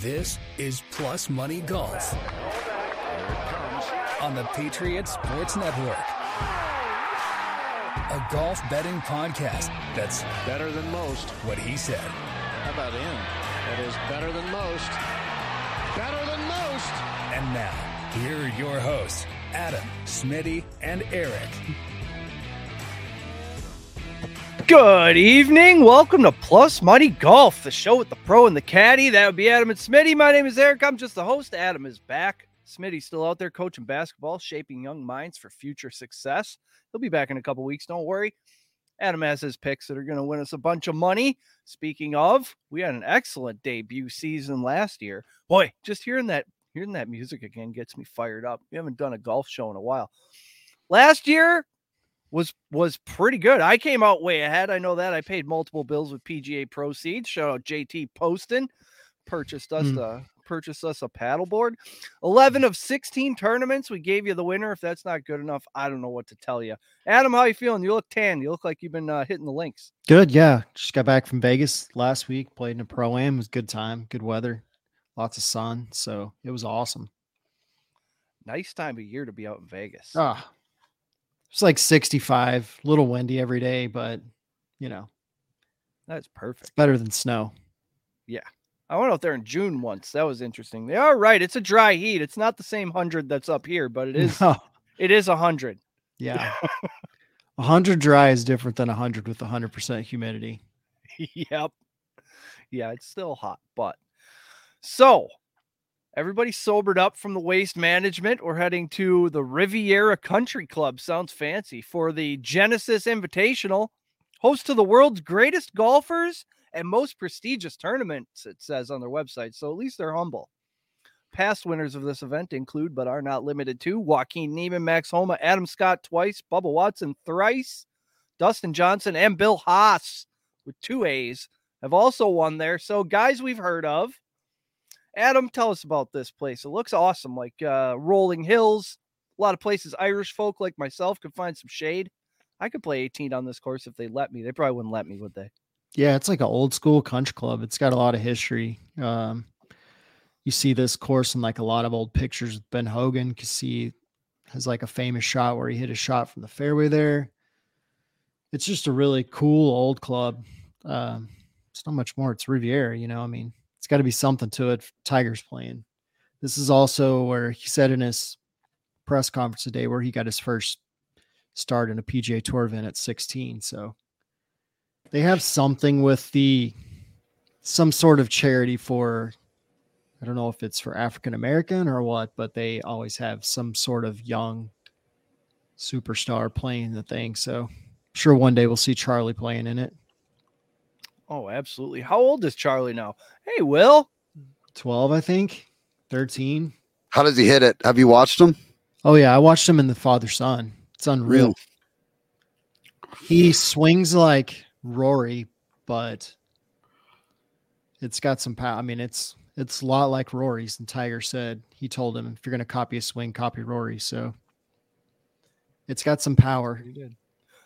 This is Plus Money Golf on the Patriot Sports Network. A golf betting podcast that's Better than most. what he said. How about him? That is better than most. Better than most. And now, here are your hosts, Adam, Smitty, and Eric. Good evening. Welcome to Plus Money Golf, the show with the pro and the caddy. That would be Adam and Smitty. My name is Eric. I'm just the host. Adam is back. Smitty's still out there coaching basketball, shaping young minds for future success. He'll be back in a couple weeks. Don't worry. Adam has his picks that are going to win us a bunch of money. Speaking of, we had an excellent debut season last year. Boy, just hearing that hearing that music again gets me fired up. We haven't done a golf show in a while. Last year, was was pretty good. I came out way ahead. I know that. I paid multiple bills with PGA proceeds. Shout out JT Poston. Purchased us Mm. a purchased us a paddleboard. Eleven of sixteen tournaments. We gave you the winner. If that's not good enough, I don't know what to tell you. Adam, how you feeling? You look tan. You look like you've been uh, hitting the links. Good, yeah. Just got back from Vegas last week, played in a pro am. It was a good time, good weather, lots of sun. So it was awesome. Nice time of year to be out in Vegas. Ah, it's like 65, a little windy every day, but you know, That's perfect. it's better than snow. I went out there in June once. That was interesting. They are right. It's a dry heat. It's not the same hundred that's up here, but it is. No, it is a hundred. yeah. 100 dry is different than 100 with 100% humidity. yep. Yeah, it's still hot, but so everybody sobered up from the waste management. We're heading to the Riviera Country Club. Sounds fancy for the Genesis Invitational, host to the world's greatest golfers and most prestigious tournaments, it says on their website. So at least they're humble. Past winners of this event include, but are not limited to, Joaquin Neiman, Max Homa, Adam Scott twice, Bubba Watson thrice, Dustin Johnson, and Bill Haas with two A's have also won there. So guys we've heard of. Adam, tell us about this place. It looks awesome, like uh, rolling hills. A lot of places Irish folk like myself could find some shade. I could play 18 on this course if they let me. They probably wouldn't let me, would they? Yeah, it's like an old school country club. It's got a lot of history. Um, you see this course in like a lot of old pictures. with Ben Hogan You can see has like a famous shot where he hit a shot from the fairway there. It's just a really cool old club. Um, it's not much more. It's Riviera, you know. I mean, it's got to be something to it. Tiger's playing. This is also where he said in his press conference today where he got his first start in a PGA Tour event at 16. So they have something with the some sort of charity for I don't know if it's for African American or what, but they always have some sort of young superstar playing the thing. So I'm sure one day we'll see Charlie playing in it. Oh, absolutely. How old is Charlie now? Hey, Will. 12, I think. 13. How does he hit it? Have you watched him? Oh yeah, I watched him in the Father Son. It's unreal. He swings like Rory, but it's got some power. I mean, it's it's a lot like Rory's. And Tiger said he told him if you're gonna copy a swing, copy Rory. So it's got some power.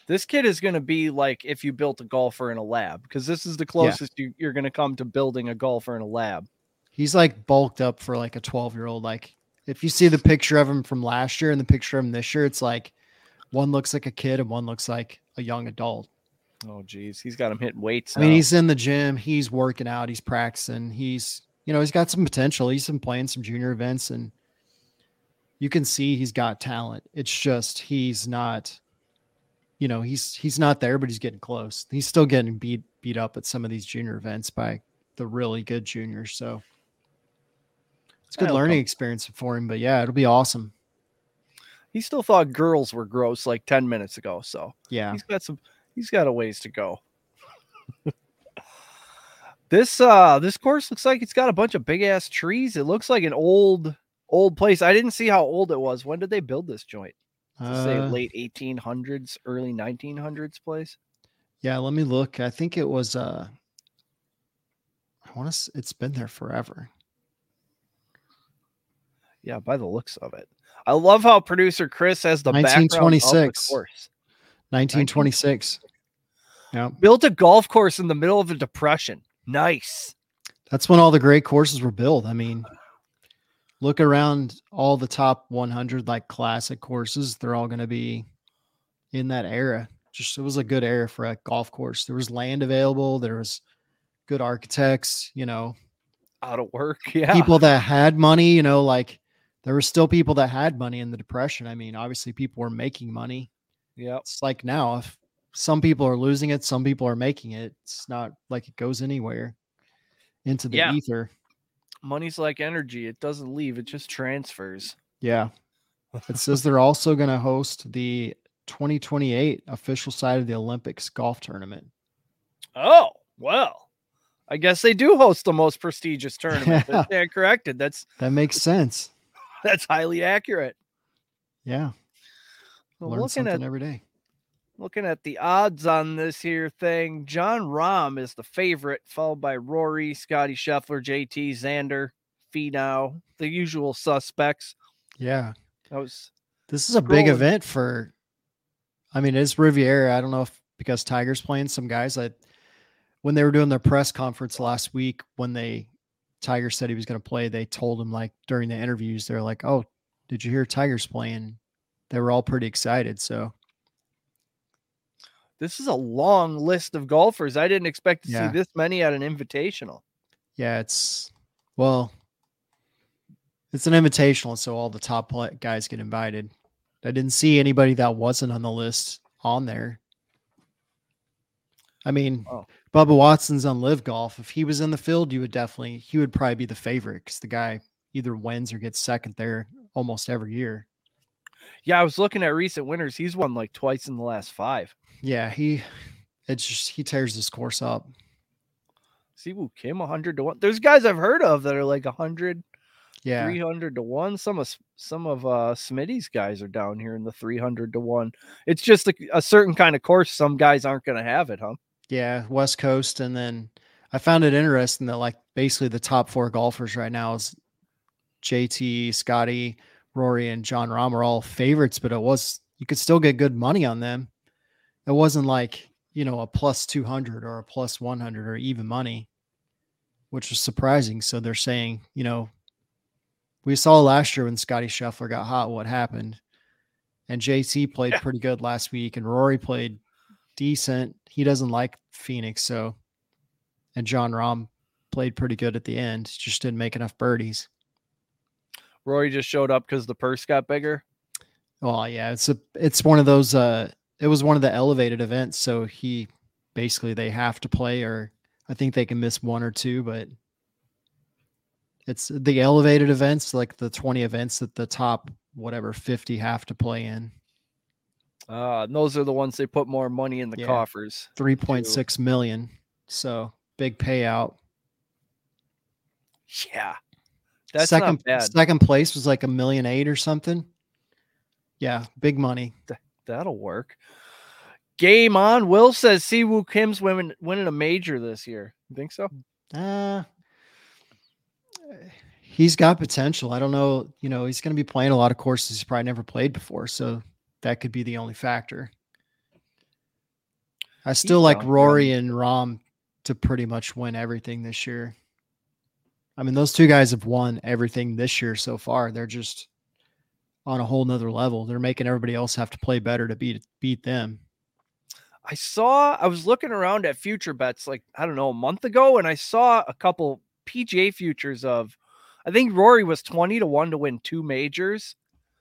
This kid is going to be like if you built a golfer in a lab, because this is the closest you, you're going to come to building a golfer in a lab. He's like bulked up for like a 12 year old. Like if you see the picture of him from last year and the picture of him this year, it's like one looks like a kid and one looks like a young adult. Oh, geez. He's got him hitting weights. I mean, now. he's in the gym, he's working out, he's practicing, he's you know, he's got some potential. He's been playing some junior events and you can see he's got talent. It's just he's not you know, he's he's not there, but he's getting close. He's still getting beat beat up at some of these junior events by the really good juniors. So it's a good That'll learning come. experience for him, but yeah, it'll be awesome. he still thought girls were gross like 10 minutes ago. So Yeah. he's got some he's got a ways to go. this uh this course looks like it's got a bunch of big ass trees. It looks like an old old place. I didn't see how old it was. When did they build this joint? To say Uh, late 1800s, early 1900s place. Yeah, let me look. I think it was uh I want to it's been there forever. Yeah, by the looks of it. I love how producer Chris has the background of the 1926. course. 1926. Yeah. Built a golf course in the middle of a depression. Nice. That's when all the great courses were built. I mean, look around all the top 100 like classic courses, they're all going to be in that era. Just it was a good era for a golf course. There was land available, there was good architects, you know, Out of work. Yeah. people that had money, you know, like there were still people that had money in the depression. I mean, obviously people were making money. Yep. It's like now if some people are losing it, some people are making it. It's not like it goes anywhere into the Yeah. ether. Money's like energy. It doesn't leave, it just transfers. Yeah. It says they're also going to host the 2028 official side of the Olympics golf tournament. Oh, well. I guess they do host the most prestigious tournament. Yeah. Yeah. corrected. That's That makes sense. that's highly accurate. Yeah. Well, Learn looking something at every day. looking at the odds on this here thing, John Rahm is the favorite, followed by Rory, Scotty Scheffler, JT, Xander, Finau, the usual suspects. Yeah. That was This is a big Scrolling. event for, I mean, it's Riviera. I don't know if because Tiger's playing some guys that when they were doing their press conference last week, when they Tiger said he was going to play, they told him like during the interviews, they're like, oh, did you hear Tiger's playing? They were all pretty excited. So, this is a long list of golfers. I didn't expect to Yeah. see this many at an invitational. yeah, it's, well, it's an invitational. So all the top pla- guys get invited. I didn't see anybody that wasn't on the list on there. I mean, Oh. Bubba Watson's on live golf. If he was in the field, you would definitely, he would probably be the favorite because the guy either wins or gets second there almost every year. Yeah, I was looking at recent winners. He's won like twice in the last five. Yeah, he, it's just, he tears this course up. Siwoo Kim 100 to 1. There's guys I've heard of that are like 100, Yeah. 300 to 1. Some of S- some of uh Smitty's guys are down here in the 300 to 1. It's just a, a certain kind of course some guys aren't going to have it, huh? Yeah, West Coast, and then I found it interesting that like basically the top four golfers right now is JT, Scotty, Rory, and John Rahm are all favorites, but it was you could still get good money on them. It wasn't like you know a plus two hundred or a plus one hundred or even money, which was surprising. So they're saying you know we saw last year when Scotty Scheffler got hot, what happened, and JT played pretty good last week, and Rory played decent. He doesn't like Phoenix, so and John Rahm played pretty good at the end. Just didn't make enough birdies. Rory just showed up cuz the purse got bigger. Well, yeah, it's a it's one of those uh it was one of the elevated events, so he basically they have to play or I think they can miss one or two, but it's the elevated events, like the 20 events that the top whatever 50 have to play in. Uh, and those are the ones they put more money in the Yeah. coffers. 3.6 million. So, big payout. Yeah. That's second not bad. second place was like a million eight or something. Yeah, big money. That'll work. Game on. Will says Siwoo Kim's women winning a major this year. You think so? Uh he's got potential. I don't know, you know, he's going to be playing a lot of courses he's probably never played before, so that could be the only factor. I still like not really- Rory and Rom to pretty much win everything this year. I mean, those two guys have won everything this year so far. They're just on a whole nother level. They're making everybody else have to play better to beat beat them. I saw I was looking around at future bets like I don't know a month ago and I saw a couple PGA futures of I think Rory was 20 to 1 to win two majors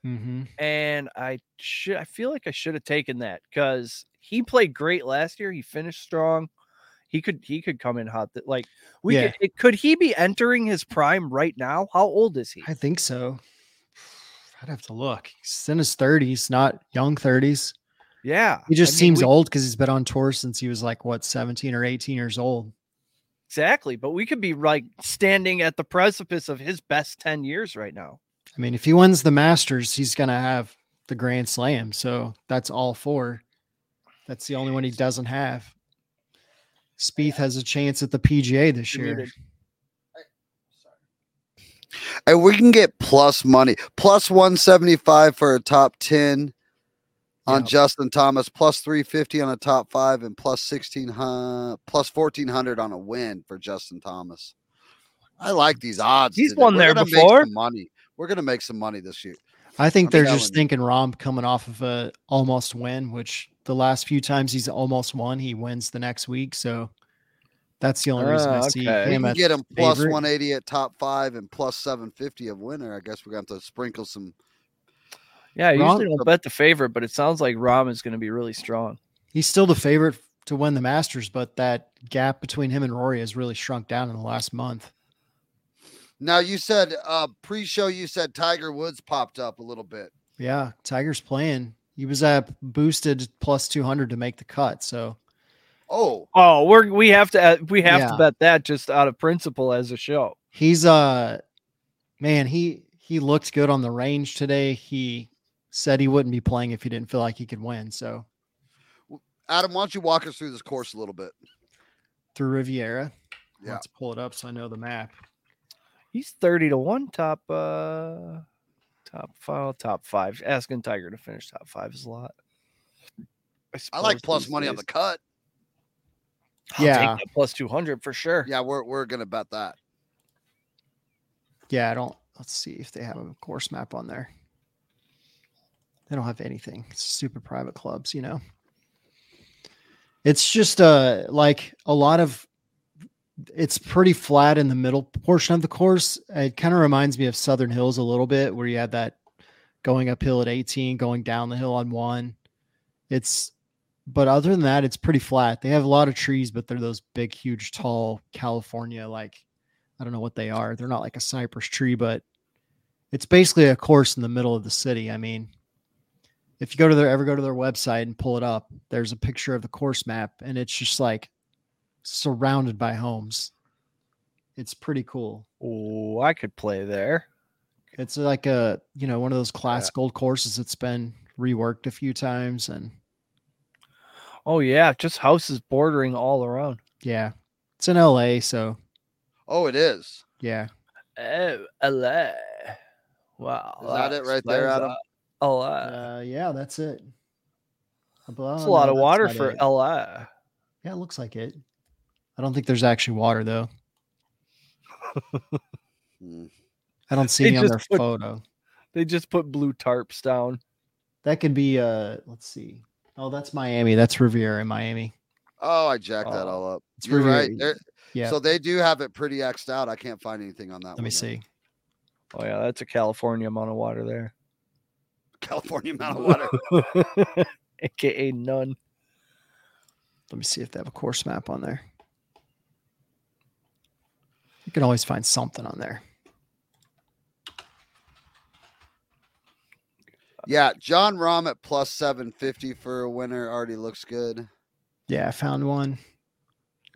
Mm-hmm. and I should I feel like I should have taken that cuz he played great last year. He finished strong. He could he could come in hot that like we Yeah. could, it, could he be entering his prime right now? How old is he? I think so. I'd have to look. He's in his thirties, not young thirties. Yeah. He just I mean, seems we- old because he's been on tour since he was like what seventeen or eighteen years old. Exactly, but we could be like standing at the precipice of his best 10 years right now. I mean, if he wins the Masters, he's gonna have the Grand Slam. So that's all four. That's the only one he doesn't have. Spieth has a chance at the PGA this You're year. muted. And we can get plus money, plus 175 for a top 10 on Yep. Justin Thomas, plus 350 on a top five, and plus 1600, plus 1400 on a win for Justin Thomas. I like these odds. He's today. won We're there gonna make before. some money. We're gonna make some money this year. I think I'm they're telling just you. thinking Rom coming off of a almost win, which the last few times he's almost won, he wins the next week. So that's the only reason I Ah, see okay. We We him can at get him plus favorite. 180 at top five and plus 750 of winner. I guess we're gonna have to sprinkle some. Yeah, I usually Rom- don't bet the favorite, but it sounds like Rom is going to be really strong. He's still the favorite to win the Masters, but that gap between him and Rory has really shrunk down in the last month. Now you said uh pre-show you said Tiger Woods popped up a little bit. Yeah, Tiger's playing. He was at boosted plus 200 to make the cut. So Oh, Oh, we're we have to uh, we have Yeah. to bet that just out of principle as a show. he's uh man, he he looked good on the range today. He said he wouldn't be playing if he didn't feel like he could win. So Adam, why don't you walk us through this course a little bit? through Riviera. Yeah. Let's pull it up so I know the map. He's thirty to one top uh top five top five. Asking Tiger to finish top five is a lot. I like suppose plus these money on the days. cut. I'll take Yeah. that plus two hundred for sure. Yeah, we're we're gonna bet that. Yeah, I don't. Let's see if they have a course map on there. They don't have anything. It's stupid private clubs, you know. It's just uh like a lot of it's pretty flat in the middle portion of the course. It kind of reminds me of Southern Hills a little bit where you had that going uphill at 18, going down the hill on 1. It's but other than that, it's pretty flat. They have a lot of trees, but they're those big huge tall California like I don't know what they are. They're not like a cypress tree, but it's basically a course in the middle of the city. I mean, if you go to their ever go to their website and pull it up, there's a picture of the course map and it's just like surrounded by homes. It's pretty cool. Oh, I could play there. It's like a, you know, one of those classical courses that's been reworked a few times and Oh yeah, just houses bordering all around. yeah. It's in LA, so Oh, it is. yeah. Oh, LA. Wow. Is that it right there, Adam? LA. Uh, yeah, that's it. Oh, That's a lot of water for LA. LA. Yeah, it looks like it. I don't think there's actually water though. Mm. I don't see They any on just their put- photo. They just put blue tarps down. That could be uh let's see. Oh, that's Miami. That's Riviera in Miami. Oh, I jacked that Oh, all up. It's You're Riviera. right. There- Yeah. So they do have it pretty xed out. I can't find anything on that. Let me see. Oh yeah, that's a California amount of water there. California amount of water. AKA none. Let me see if they have a course map on there. You can always find something on there. yeah, John Rahm at plus 750 for a winner already looks good. Yeah, I found one.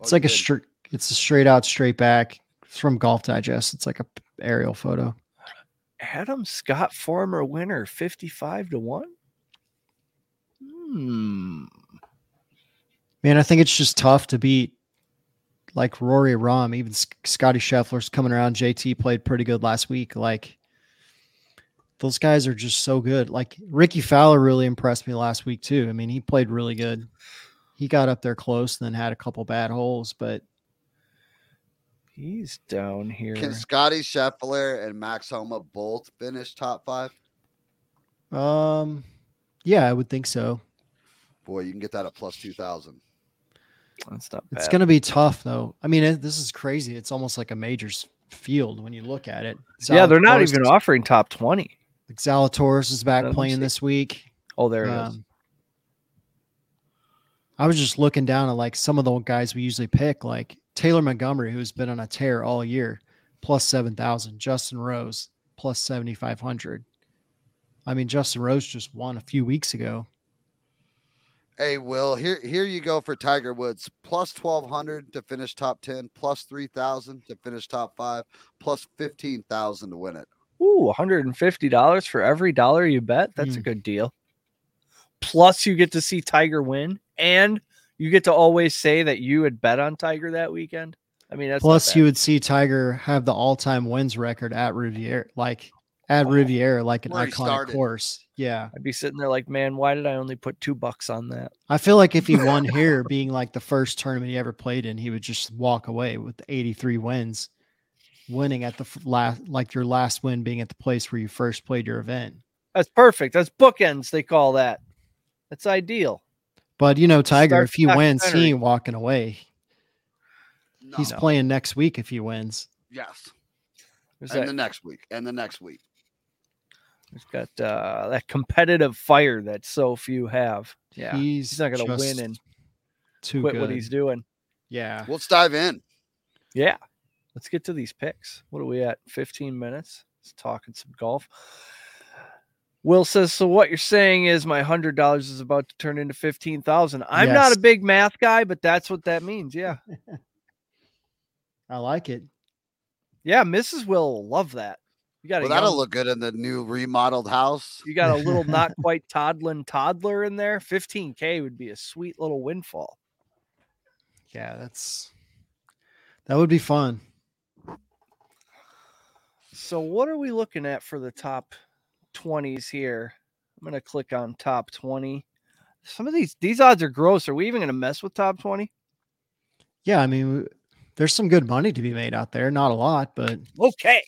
It's Oh, like a good. straight it's a straight out, straight back. It's from Golf Digest. It's like a p- aerial photo. Adam Scott, former winner, 55 to 1. Hmm. Man, I think it's just tough to beat like Rory Rom, even S- Scotty Scheffler's coming around. JT played pretty good last week. Like those guys are just so good. Like Ricky Fowler really impressed me last week too. I mean, he played really good. He got up there close and then had a couple bad holes, but He's down here. Can Scotty Scheffler and Max Homa both finish top five? um yeah, I would think so. Boy, you can get that at plus 2,000. That's not bad. It's going to be tough though. I mean, it, this is crazy. It's almost like a majors field when you look at it. yeah, they're not even Zalatoris- offering top 20. Zalatoris is back Let me playing see. this week. Oh, there it is. Um, I was just looking down at like some of the guys we usually pick, like Taylor Montgomery, who's been on a tear all year, plus 7,000. Justin Rose, plus 7,500. I mean, Justin Rose just won a few weeks ago. Hey, Will, here here you go for Tiger Woods. Plus 1,200 to finish top 10, plus 3,000 to finish top five, plus 15,000 to win it. Ooh, $150 for every dollar you bet. That's a Mm. good deal. Plus, you get to see Tiger win, and you get to always say that you had bet on Tiger that weekend. I mean, that's not Plus, bad. you would see Tiger have the all time wins record at Riviera, like at Oh. Riviera, like an Where he iconic started. course. Yeah. I'd be sitting there like, man, why did I only put two bucks on that? I feel like if he won here, being like the first tournament he ever played in, he would just walk away with 83 wins. winning at the f- last, like your last win being at the place where you first played your event. That's perfect. That's bookends, they call that. That's ideal. But you know, Tiger, Start if he the wins, he documentary. ain't walking away. No. He's playing next week if he wins. yes, There's and that, the next week, and the next week. there's got uh, that competitive fire that so few have. Yeah. he's, he's not going to win just and too quit good. what he's doing. yeah, Let's dive in. Yeah. Let's get to these picks. What are we at? 15 minutes. Let's talking some golf. Will says, so what you're saying is my hundred dollars is about to turn into fifteen thousand. I'm not Yes. a big math guy, but that's what that means. Yeah. I like it. Yeah, Mrs. Will will love that. You got Well, a that'll young- look good in the new remodeled house. you got a little not quite toddling toddler in there. 15k would be a sweet little windfall. Yeah, that's that would be fun. So what are we looking at for the top 20s here? I'm gonna click on top 20. Some of these these odds are gross. Are we even gonna mess with top 20? Yeah, I mean, w- there's some good money to be made out there. Not a lot, but Okay.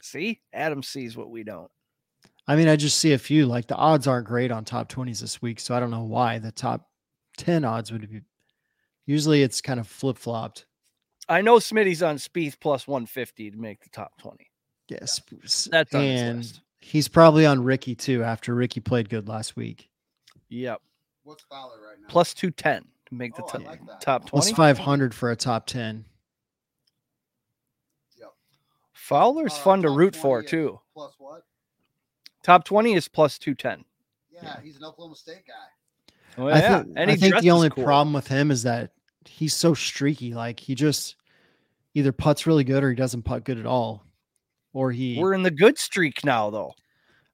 See, Adam sees what we don't. I mean, I just see a few. Like the odds aren't great on top 20s this week, so I don't know why the top 10 odds would be. Usually, it's kind of flip flopped. I know Smitty's on Spieth plus 150 to make the top 20. Yes, That's on his and list. he's probably on Ricky too. After Ricky played good last week, Yep. What's Fowler right now? Plus 210 to make the Oh, I top like that. top 20. plus 500 for a top 10. Fowler's Uh, fun to top root for 20 is- too. plus what? Top 20 is plus 210. Yeah, he's an Oklahoma State guy. Oh, I yeah. think, and I he think dresses the only cool. problem with him is that he's so streaky. Like he just either puts really good or he doesn't putt good at all. Or he, We're in the good streak now, though.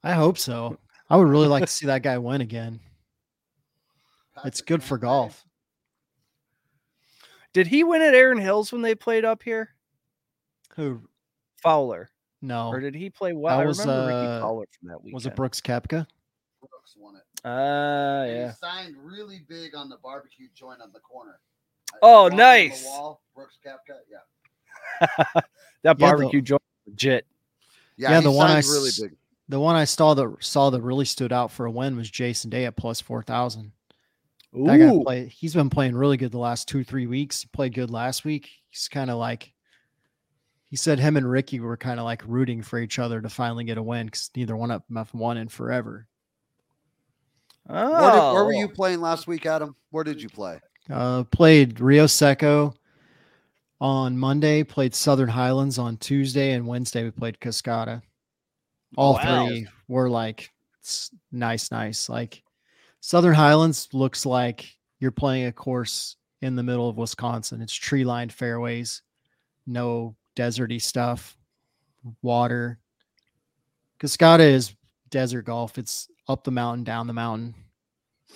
I hope so. I would really like to see that guy win again. It's good for golf. Did he win at Aaron Hills when they played up here? Who? Fowler, No. or did he play well? Oh, That I was, remember Ricky uh, Fowler from that weekend. Was it Uh, Brooks Kepka? Brooks won it. Oh, Ah, And yeah. He signed really big on the barbecue joint on the corner. Uh, Oh, walking on the nice. wall, Brooks Koepka, yeah. That Yeah, the- barbecue joint, was legit. Yeah, Yeah, he the one I signed really s- big. The one I saw that saw that really stood out for a win was Jason Day at plus four thousand. That guy Ooh, play, he's been playing really good the last two three weeks. He played good last week. He's kind of like he said him and Ricky were kind of like rooting for each other to finally get a win because neither one of them have won in forever. Where, did- where were Oh. you playing last week, Adam? Where did you play? Uh, played Rio Seco on Monday. Played Southern Highlands on Tuesday and Wednesday. We played Cascada. All Wow. three were like s- nice, nice. Like Southern Highlands looks like you're playing a course in the middle of Wisconsin. It's tree lined fairways, no deserty stuff, water. Cascada is desert golf. It's up the mountain, down the mountain,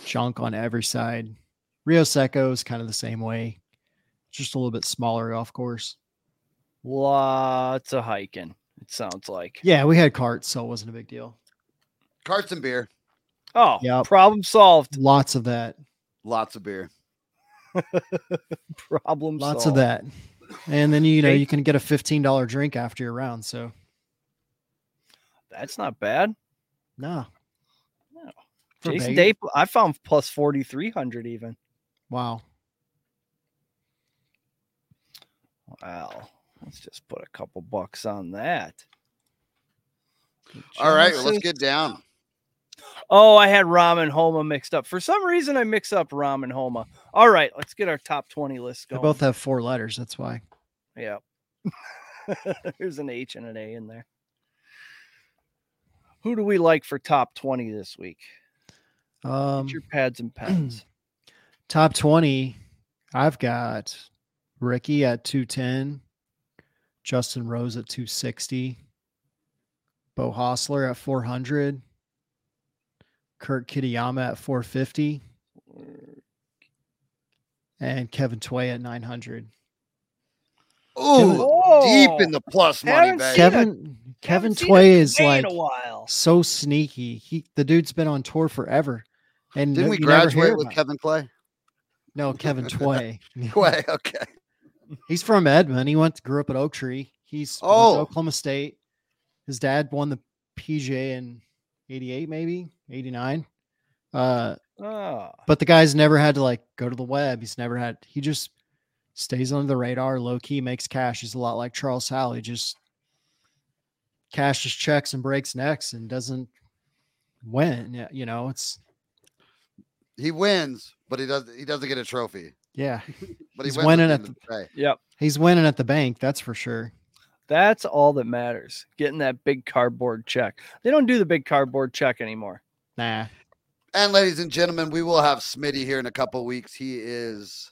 junk on every side. Rio Seco is kind of the same way, just a little bit smaller golf course. Lots of hiking. It sounds like. Yeah, we had carts, so it wasn't a big deal. Carts and beer. Oh, Yep. problem solved. Lots of that, Lots of beer. Problem lots solved. of that, and then you know Hey. you can get a fifteen dollar drink after your round. So That's not bad. no, No. For Jason Vegas- Day, I found plus forty three hundred even. Wow, Wow. Let's just put a couple bucks on that. All right, Genesis- well, let's get down. Oh, I had Ram and Homa mixed up. For some reason, I mix up Ram and Homa. All right, let's get our top 20 list they going. both have four letters. That's why. Yeah. There's an H and an A in there. Who do we like for top 20 this week? Um, Get your pads and pens. top twenty, I've got Ricky at two ten, Justin Rose at two sixty, Bo Hostler at four hundred, Kurt Kitayama at four fifty. and Kevin Tway at 900. Ooh, deep in the plus Haven't money, babe. seen- Oh. Kevin Kevin Haven't seen Tway him is play like in a while. so sneaky. He the dude's been on tour forever. And Didn't no- we you never hear graduate with about- Kevin Clay? No, Kevin Tway. Clay, okay. He's from Edmond. He went grew up at Oak Tree. He- He's with Oh. Oklahoma State. His dad won the PJ in 88, maybe 89. Uh, Ah, but the guy's never had to like go to the web. He's never had, he just stays under the radar, low key, makes cash. He's a lot like Charles Howley, just cashes checks and breaks necks and doesn't win. Yeah, You know, it's, He wins, but he does he doesn't get a trophy. yeah, But he He's wins at winning the at end the- of the day. he's winning at the bank. That's for sure. that's all that matters. Getting that big cardboard check. They don't do the big cardboard check anymore. Nah. And ladies and gentlemen, we will have Smitty here in a couple weeks. He is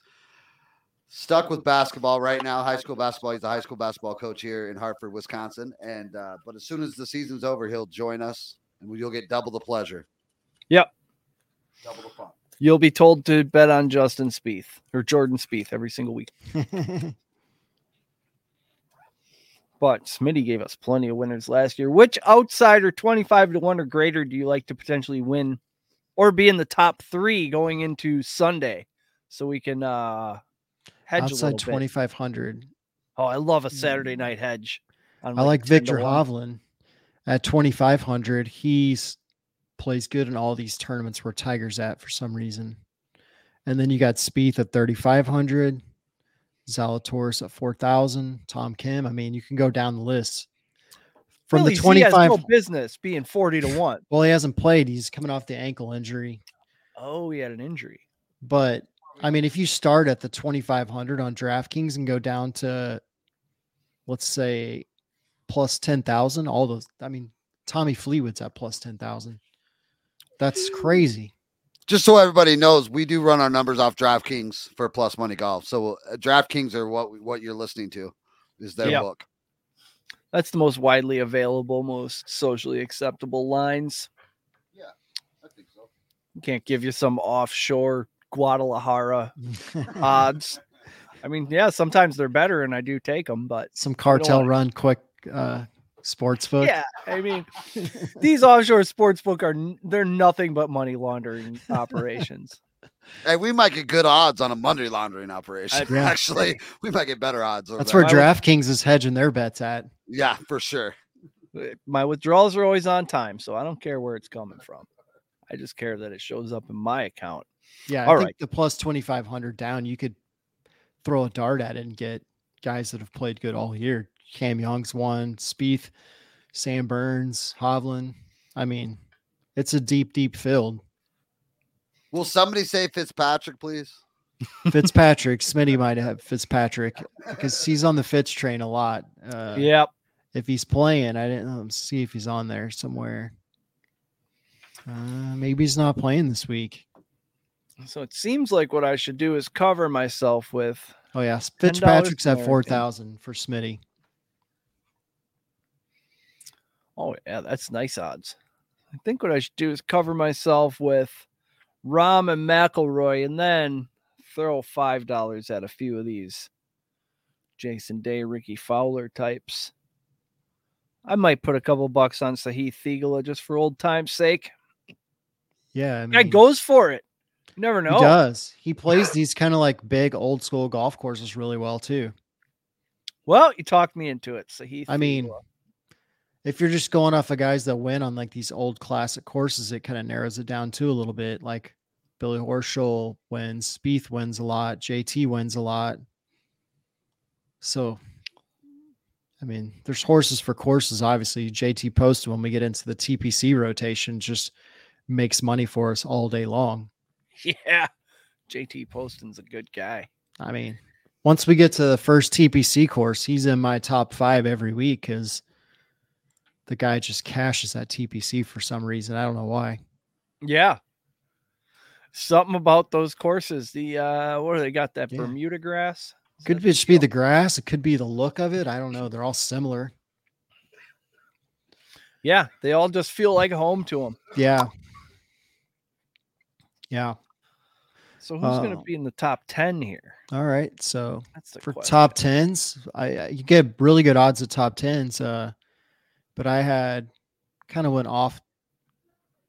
stuck with basketball right now, high school basketball. He's a high school basketball coach here in Hartford, Wisconsin. And uh, but as soon as the season's over, he'll join us, and we- you'll get double the pleasure. Yep. double the fun. You'll be told to bet on Justin Spieth or Jordan Spieth every single week. But Smitty gave us plenty of winners last year. Which outsider, 25 to 1 or greater, do you like to potentially win or be in the top three going into Sunday? So we can uh hedge a outside little bit. 2500 Oh, I love a Saturday night hedge. on, i like 10 to victor 1. hovland at 2500 he's plays good in all these tournaments where tiger's at for some reason and then you got Spieth at 3500 zalatoris at 4000 tom kim i mean you can go down the list from Really, the he has 25 no business being 40 to 1. well he hasn't played he's coming off the ankle injury Oh, he had an injury. But I mean, if you start at the 2,500 on DraftKings and go down to, let's say, plus 10,000, all those, I mean, Tommy Fleetwood's at plus 10,000. That's crazy. Just so everybody knows, we do run our numbers off DraftKings for Plus Money Golf. So uh, DraftKings are what we- what you're listening to is their Yeah. book. That's the most widely available, most socially acceptable lines. I think so. You can't give you some offshore Guadalajara odds. Uh, I mean, yeah, sometimes they're better and I do take them, but Some cartel wanna- run quick uh, sports book. yeah, I mean, these offshore sports book are n- they're nothing but money laundering operations. Hey, we might get good odds on a money laundering operation. Yeah. Actually, we might get better odds. Over That's there. where I would- DraftKings is hedging their bets at. yeah, for sure. Uh, My withdrawals are always on time, so I don't care where it's coming from. I just care that it shows up in my account. Yeah. I All think right. the plus 2,500 down, you could throw a dart at it and get guys that have played good all year. Cam Young's one, Spieth, Sam Burns, Hovland. I mean, it's a deep, deep field. Will somebody say Fitzpatrick, please? Fitzpatrick, Smitty might have Fitzpatrick because he's on the Fitz train a lot. Uh, Yep. If he's playing, I didn't um, see if he's on there somewhere. Uh, maybe he's not playing this week. So it seems like what I should do is cover myself with Oh yeah, Fitzpatrick's more, at I think. four thousand for Smitty. Oh, yeah, that's nice odds. I think what I should do is cover myself with Rom and McElroy and then throw $5 at a few of these Jason Day, Ricky Fowler types. I might put a couple bucks on Sahith Thigala just for old time's sake. Yeah, I mean, Guy goes for it. You never He know. does. He plays these kind of like big old school golf courses really well too. Well, you talked me into it. Sahith I mean, Theegala. If you're just going off of guys that win on like these old classic courses, it kind of narrows it down too a little bit. Like Billy Horschel wins, Spieth wins a lot, JT wins a lot. So, I mean, there's horses for courses. Obviously, JT posted when we get into the TPC rotation just makes money for us all day long. yeah. JT Poston's a good guy. I mean, once we get to the first TPC course, he's in my top five every week because the guy just cashes that TPC for some reason. I don't know why. Yeah. Something about those courses. The uh what do they got? That Yeah. Bermuda grass? Is Could that be just be the grass. It could be the look of it. I don't know. They're all similar. Yeah, they all just feel like home to them. Yeah. Yeah. So who's gonna Oh. be in the top ten here? All right. So That's the for question. top tens, I I- you get really good odds at top tens. Uh, but I had kind of went off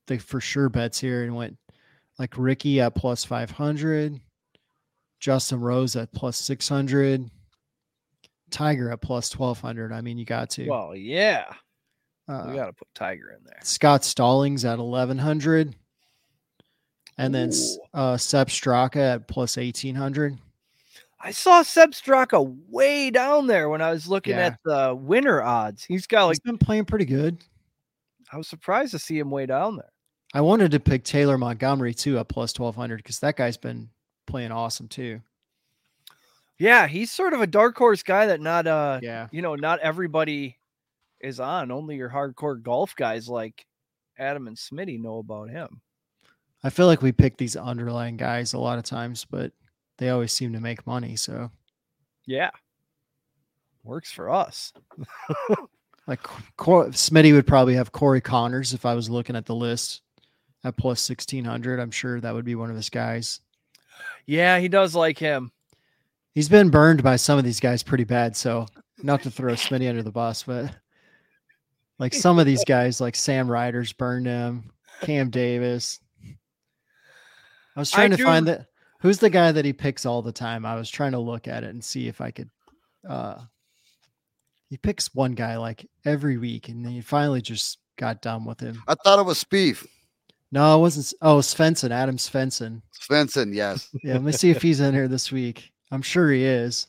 the for sure bets here and went like Ricky at plus five hundred, Justin Rose at plus six hundred, Tiger at plus twelve hundred. I mean, you got to. Well, yeah, Uh, we got to put Tiger in there. Scott Stallings at eleven hundred, and then S- Ooh. uh, Sep Straka at plus eighteen hundred. I saw Seb Straka way down there when I was looking Yeah. at the winner odds. He's got like He's been playing pretty good. I was surprised to see him way down there. I wanted to pick Taylor Montgomery too at plus twelve hundred because that guy's been playing awesome too. Yeah, he's sort of a dark horse guy that not uh Yeah, you know, not everybody is on. Only your hardcore golf guys like Adam and Smitty know about him. I feel like we pick these underlying guys a lot of times, but they always seem to make money. So Yeah. Works for us. like C- Cor- Smitty would probably have Corey Connors if I was looking at the list at plus sixteen hundred. I'm sure that would be one of his guys. Yeah, he does like him. He's been burned by some of these guys pretty bad. So, not to throw Smitty under the bus, but like some of these guys, like Sam Ryder's burned him, Cam Davis. I was I trying to do- find that who's the guy that he picks all the time. I was trying to look at it and see if I could. uh He picks one guy like every week, and then you finally just got done with him. I thought it was Spieth. No, it wasn't. S- Oh, Svensson, Adam Svensson. Svensson, yes. Yeah, let me see if he's in here this week. I'm sure he is.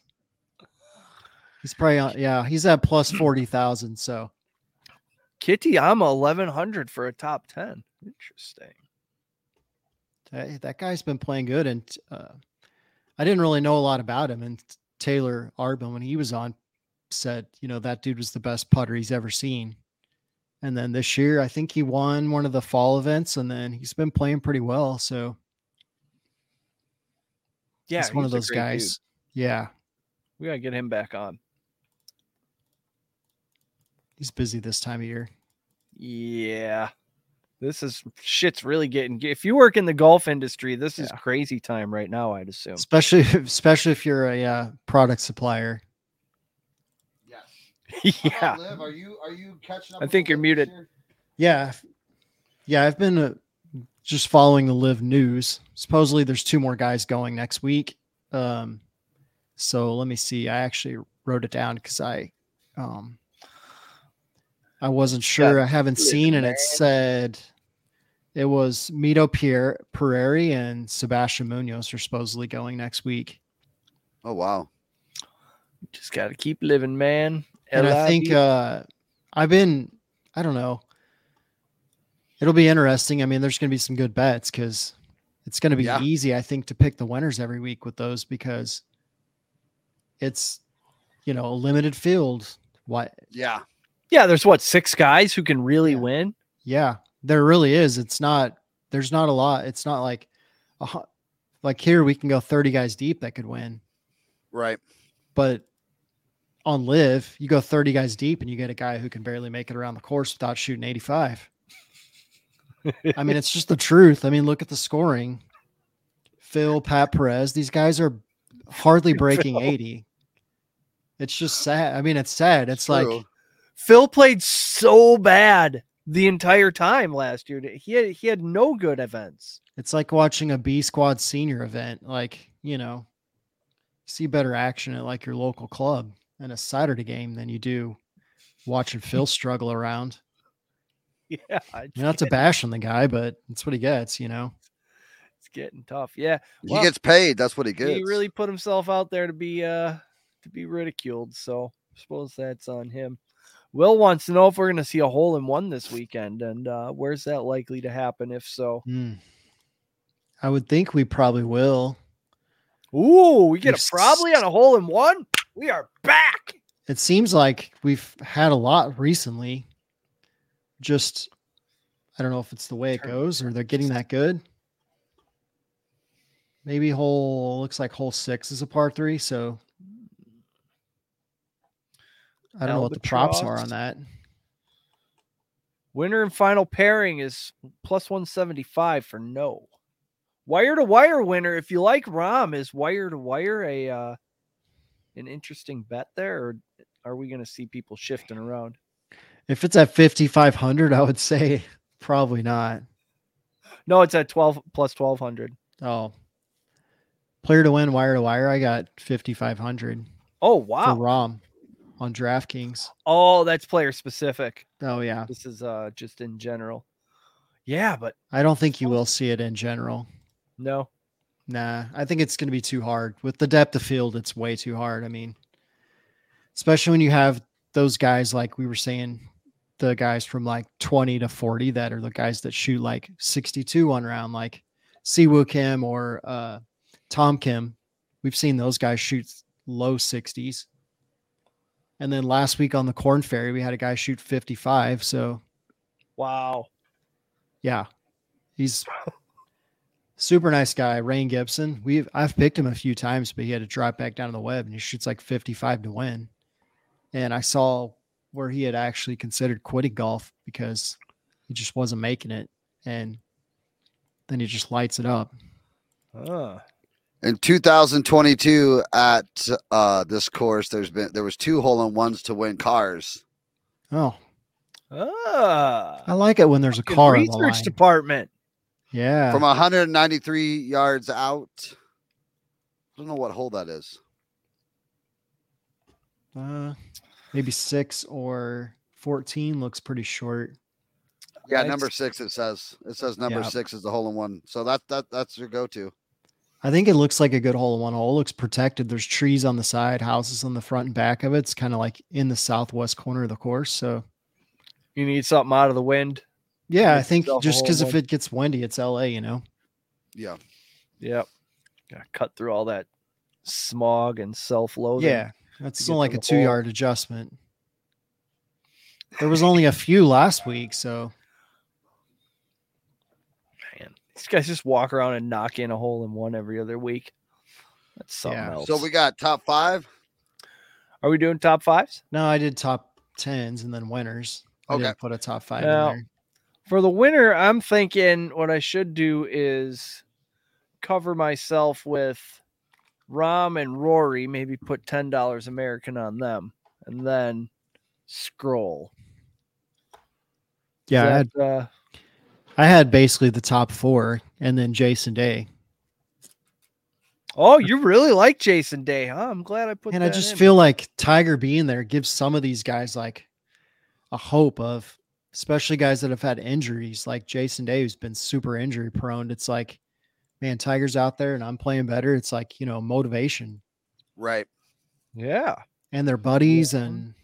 He's probably on. Yeah, he's at plus forty thousand. So Kitty, I'm eleven hundred for a top ten. Interesting. that, that guy's been playing good, and uh, I didn't really know a lot about him. And Taylor Arbin, when he was on, said you know that dude was the best putter he's ever seen. And then this year, I think he won one of the fall events, and then he's been playing pretty well. So Yeah, he's one of a those great dude. guys. Yeah, We gotta get him back on. he's busy this time of year. Yeah. This is shit's really getting if you work in the golf industry, this is Yeah. crazy time right now, I'd assume. especially especially if you're a uh, product supplier. Yes. yeah. Liv, are you are you catching up? I with think the you're Liv this muted. year? Yeah, if- yeah, I've been uh, just following the live news. Supposedly, there's two more guys going next week. Um, so let me see. I actually wrote it down because I, um, I wasn't sure. I haven't Liv, seen, and man. it said it was Mito Pierre Pereri and Sebastian Munoz are supposedly going next week. Oh wow. Just gotta keep living, man. and I think LIV. uh, I've been, I don't know. It'll be interesting. I mean, there's going to be some good bets because it's going to be Yeah. easy, I think, to pick the winners every week with those because it's, you know, a limited field. Why? Yeah. yeah, there's what six guys who can really Yeah. win. Yeah, there really is. It's not. There's not a lot. It's not like, a, hu- like here we can go 30 guys deep that could win, Right. but on live you go 30 guys deep and you get a guy who can barely make it around the course without shooting 85 i mean it's just the truth i mean look at the scoring phil pat perez these guys are hardly breaking 80 it's just sad i mean it's sad it's like True. Phil played so bad the entire time last year. He had he had no good events. it's like watching a b squad senior event like you know see better action at like your local club and a saturday game than you do watching phil struggle around Yeah, it's, I mean, not to getting, bash on the guy, but that's what he gets, you know. it's getting tough. Yeah. he Well, gets paid. That's what he gets. He really put himself out there to be uh to be ridiculed. So I suppose that's on him. Will wants to know if we're gonna see a hole in one this weekend and uh where's that likely to happen if so. I would think we probably will. Ooh, we get We've a probably on a hole in one. We are back. It seems like we've had a lot recently. Just, I don't know if it's the way it Turn- goes or they're getting that good. Maybe hole looks like hole six is a par three, so I don't know what the props are Albatross. on that. Winner and final pairing is plus 175 for no. Wire to wire winner. If you like Rom, is wire to wire a uh an interesting bet there, or are we gonna see people shifting around? If it's at fifty five hundred, I would say probably not. No, it's at 12 plus 1200. Oh, player to win wire to wire. I got 5,500 Oh for wow. ROM. on DraftKings. Oh, that's player specific. Oh yeah, This is uh just in general. Yeah, but I don't think you will see it in general. no. Nah, I think it's going to be too hard with the depth of field. It's way too hard. I mean, especially when you have those guys like we were saying, the guys from like twenty to forty that are the guys that shoot like sixty-two on round, like Siwoo Kim or uh, Tom Kim. We've seen those guys shoot low sixties. And then last week on the Corn Ferry, we had a guy shoot fifty-five. So Wow. yeah. He's super nice guy, Rain Gibson. We've I've picked him a few times, but he had to drop back down to the web and he shoots like 55 to win. And I saw where he had actually considered quitting golf because he just wasn't making it. And then he just lights it up. Huh. In 2022, at uh, this course, there's been there was two hole in ones to win cars. Oh, I Ah. like it when there's a Good car on the research line. department. Yeah. from 193 yards out. I don't know what hole that is. Uh, maybe six or 14 looks pretty short. Yeah, Nice. number six. It says it says number Yeah. six is the hole in one. So that that that's your go to. I think it looks like a good hole in one hole. It looks protected. There's trees on the side, houses on the front and back of it. It's kind of like in the southwest corner of the course. So You need something out of the wind. yeah, I Makes think itself a just hole because in if one. it gets windy, it's LA, you know. Yeah, Yep. Gotta cut through all that smog and self-loathing. yeah, that's to still Oh, get like to a the two hole. yard adjustment. There was only a few last week, so Man. These guys just walk around and knock in a hole in one every other week. That's something Yeah. else. so we got top five. Are we doing top fives? no, I did top tens and then winners. I Okay. didn't put a top five Now- in For the winter, I'm thinking what I should do is cover myself with Rom and Rory, maybe put $10 American on them, and then scroll. there. Yeah, I had, Is that, uh, I had basically the top four, and then Jason Day, oh, you really like Jason Day, huh? I'm glad I put and that I just in. feel like Tiger being there gives some of these guys like a hope of, especially guys that have had injuries, like Jason Day, who's been super injury prone. It's like, man, Tiger's out there and I'm playing better. It's like, you know, motivation Right. Yeah. and their buddies. Yeah. And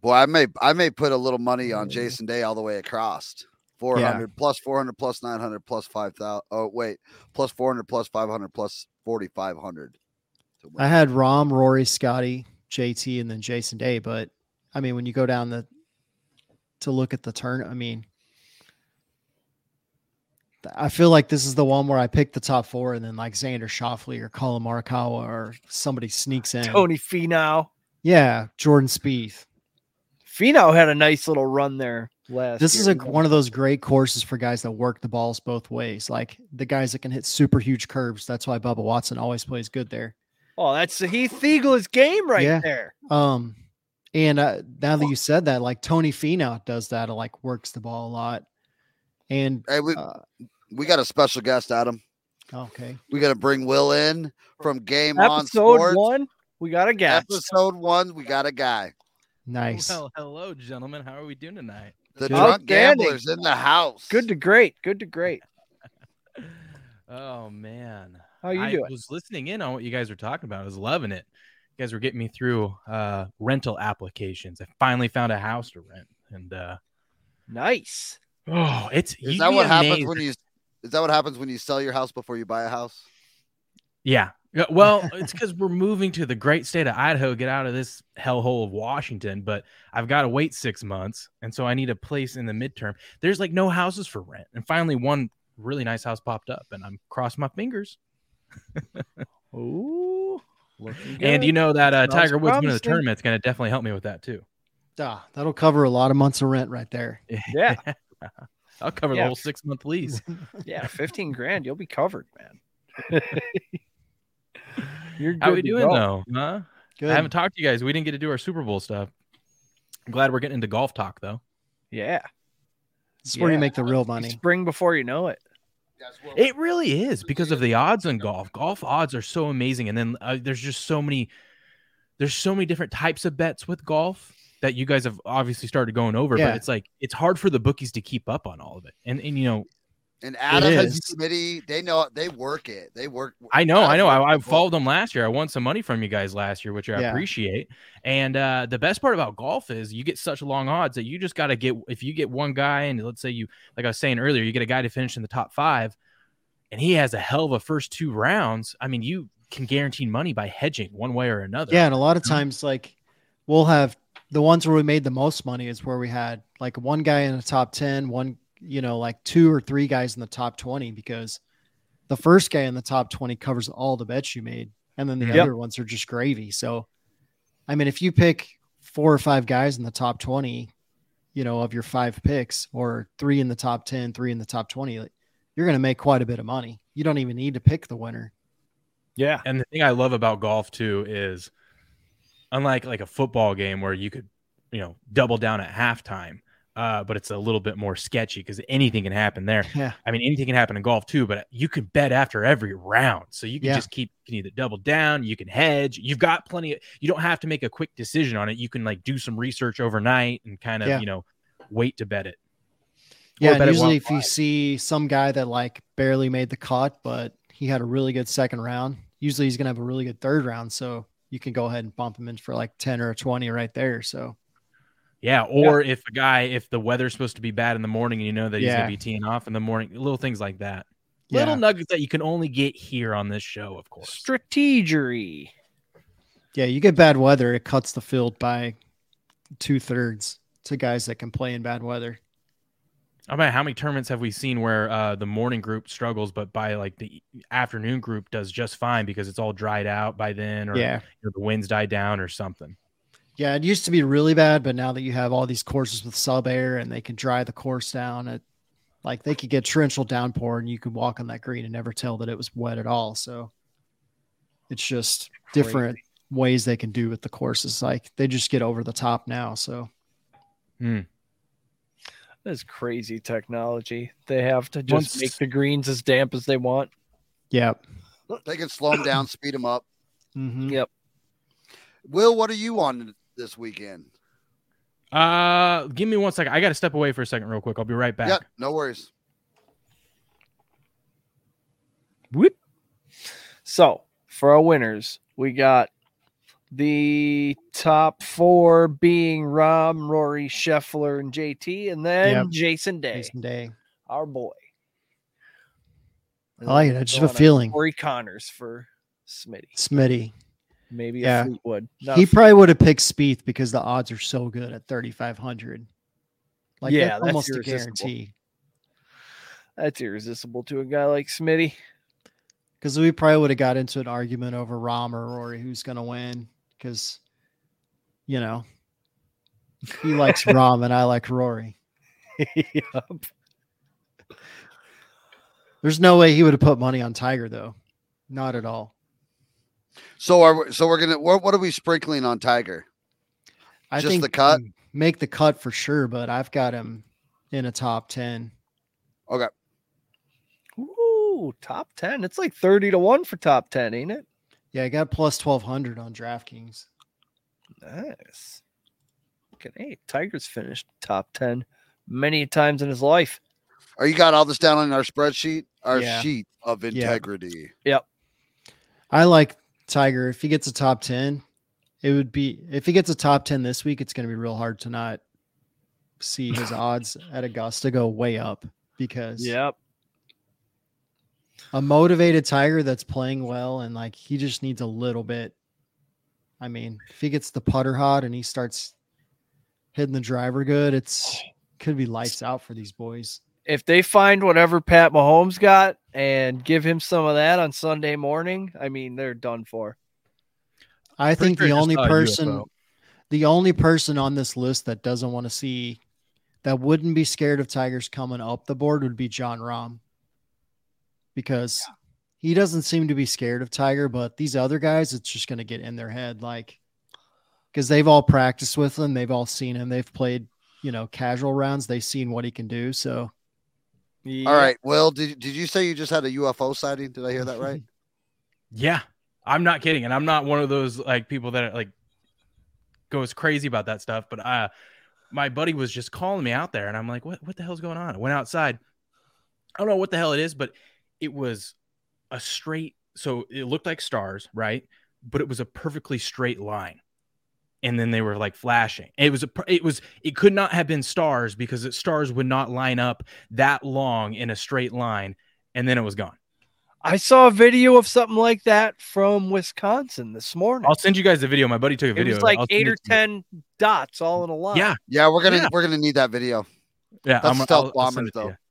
Boy, I may I may put a little money on Jason Day all the way across. 400 plus 400 plus 900 plus 5000 oh wait plus 400 plus 500 plus 4500 to win. I had Rom, Rory, Scotty, JT, and then Jason Day. But I mean, when you go down the, to look at the turn, I mean, th- I feel like this is the one where I pick the top four, and then like Xander Shoffley or Colin Morikawa or somebody sneaks in. Tony Finau. Yeah, Jordan Spieth. Finau had a nice little run there last. This is year. like one of those great courses for guys that work the balls both ways, like the guys that can hit super huge curves. That's why Bubba Watson always plays good there. Oh, that's Heath Thiegel's game right Yeah. there. Um, and uh, now that you said that, like Tony Finau does that, uh, like works the ball a lot. And hey, we, uh, we got a special guest adam okay, we got to bring will in from game on Episode sports one, we got a guest. Episode one, we got a guy. nice. Well, hello, gentlemen. How are we doing tonight? The Good. drunk Outstanding. gamblers in the house. Good to great. Good to great. Oh man, How you I doing? was listening in on what you guys were talking about. I was loving it. You guys were getting me through uh, rental applications. I finally found a house to rent, and uh, Nice. oh, it's Is you'd that be what happens amazed- when you? Is that what happens when you sell your house before you buy a house? Yeah. Yeah, Well, it's because we're moving to the great state of Idaho. Get out of this hellhole of Washington. But I've got to wait six months, and so I need a place in the midterm. There's like no houses for rent, and finally one really nice house popped up, and I'm crossing my fingers. Ooh. And you know that uh, Sounds Tiger Woods winning the promising. tournament's going to definitely help me with that too. Duh, that'll cover a lot of months of rent right there. Yeah. I'll cover Yeah. the whole six month lease. yeah, 15 grand, you'll be covered, man. You're How we good to doing go. though? Huh? Good. I haven't talked to you guys. We didn't get to do our Super Bowl stuff. I'm glad we're getting into golf talk though. Yeah. this is where you yeah. make the real It's money. Spring before you know it. It really is because of the odds on golf. Golf odds are so amazing, and then uh, there's just so many there's so many different types of bets with golf that you guys have obviously started going over, Yeah. but it's like it's hard for the bookies to keep up on all of it. And and you know, And Adam has is. the committee. They know they work it. They work. I know, Adam I know. I, I works the book. followed them last year. I won some money from you guys last year, which I Yeah. appreciate. And uh, the best part about golf is you get such long odds that you just got to get, if you get one guy, and let's say you, like I was saying earlier, you get a guy to finish in the top five, and he has a hell of a first two rounds. I mean, you can guarantee money by hedging one way or another. Yeah, and a lot of times, like we'll have the ones where we made the most money is where we had like one guy in the top ten, one you know, like two or three guys in the top twenty because the first guy in the top twenty covers all the bets you made, and then the Yep. other ones are just gravy. So, I mean, if you pick four or five guys in the top twenty, you know, of your five picks, or three in the top ten, three in the top twenty, like, you're going to make quite a bit of money. You don't even need to pick the winner. Yeah. And the thing I love about golf too is unlike like a football game where you could, you know, double down at halftime, uh, but it's a little bit more sketchy because anything can happen there. Yeah. I mean, anything can happen in golf too, but you can bet after every round. So you can Yeah. just keep, you can either double down, you can hedge, you've got plenty of, you don't have to make a quick decision on it. You can like do some research overnight and kind of, Yeah. you know, wait to bet it. Yeah, bet and it usually won't if you see some guy that like barely made the cut, but he had a really good second round, usually he's gonna have a really good third round. So you can go ahead and bump him in for like ten or a twenty right there. So Yeah, or if a guy, if the weather's supposed to be bad in the morning and you know that he's Yeah. gonna be teeing off in the morning, little things like that. Yeah. Little nuggets that you can only get here on this show, of course. Strategery. yeah, you get bad weather, it cuts the field by two thirds to guys that can play in bad weather. I mean, how many tournaments have we seen where uh, the morning group struggles, but by like the afternoon group does just fine because it's all dried out by then, or Yeah. you know, the winds die down, or something. Yeah, it used to be really bad, but now that you have all these courses with sub air and they can dry the course down at like they could get torrential downpour and you could walk on that green and never tell that it was wet at all. So it's just different ways they can do with the courses. Like they just get over the top now. So That's crazy technology. They have to just Once- make the greens as damp as they want. yeah. They can slow them down, speed them up. Mm-hmm. Mhm. Yep. Will, what are you on this weekend? Uh, give me one second. I got to step away for a second, real quick. I'll be right back. Yep, no worries. Whoop. So for our winners, we got the top four being Rom, Rory, Scheffler, and JT, and then Yep. Jason Day, Jason Day. our boy. I like it. I just have a Going on feeling. Corey Connors for Smitty. Smitty. Maybe Yeah. a Fleetwood. Not a He probably would have picked Spieth because the odds are so good at 3,500. Like Yeah, that's that's almost a irresistible. guarantee. That's irresistible to a guy like Smitty. because we probably would have got into an argument over Rom or Rory who's going to win because, you know, he likes Rom and I like Rory. Yep. There's no way he would have put money on Tiger though, not at all. So are we, so we're gonna what, what are we sprinkling on Tiger? I Just think the cut? he'd make the cut for sure, but I've got him in a top ten. Ooh, top 10. It's like 30 to 1 for top 10, ain't it? Yeah, I got plus twelve hundred on DraftKings. Nice. Okay, hey, Tiger's finished top 10 many times in his life. Are you got all this down on our spreadsheet? Our Yeah. sheet of Yeah. integrity. I like Tiger. If he gets a top ten, it would be if he gets a top ten this week, it's gonna be real hard to not see his odds at Augusta go way up because Yep. a motivated tiger that's playing well and like he just needs a little bit. I mean, if he gets the putter hot and he starts hitting the driver good, it's could be lights out for these boys. If they find whatever Pat Mahomes got and give him some of that on Sunday morning, I mean, they're done for. I Pretty think sure the I just only saw a person, UFO. the only person on this list that doesn't want to see, that wouldn't be scared of tigers coming up the board would be John Rahm, because he doesn't seem to be scared of Tiger, but these other guys, it's just going to get in their head, like because they've all practiced with him, they've all seen him, they've played, you know, casual rounds, they've seen what he can do. So All right. Well, did, did you say you just had a UFO sighting? Did I hear that right? Yeah, I'm not kidding, and I'm not one of those like people that like goes crazy about that stuff. But uh, my buddy was just calling me out there, and I'm like, what What the hell's going on? I went outside. I don't know what the hell it is, but it was a straight. So it looked like stars, right? But it was a perfectly straight line, and then they were like flashing. It was a. pr- It was. It could not have been stars because it, stars would not line up that long in a straight line, and then it was gone. I saw a video of something like that from Wisconsin this morning. I'll send you guys the video. My buddy took a It video. was like I'll send eight it or to you. ten dots all in a line. Yeah, Yeah, we're gonna Yeah. we're gonna need that video. yeah. That's stealth send bombers, it to though. you.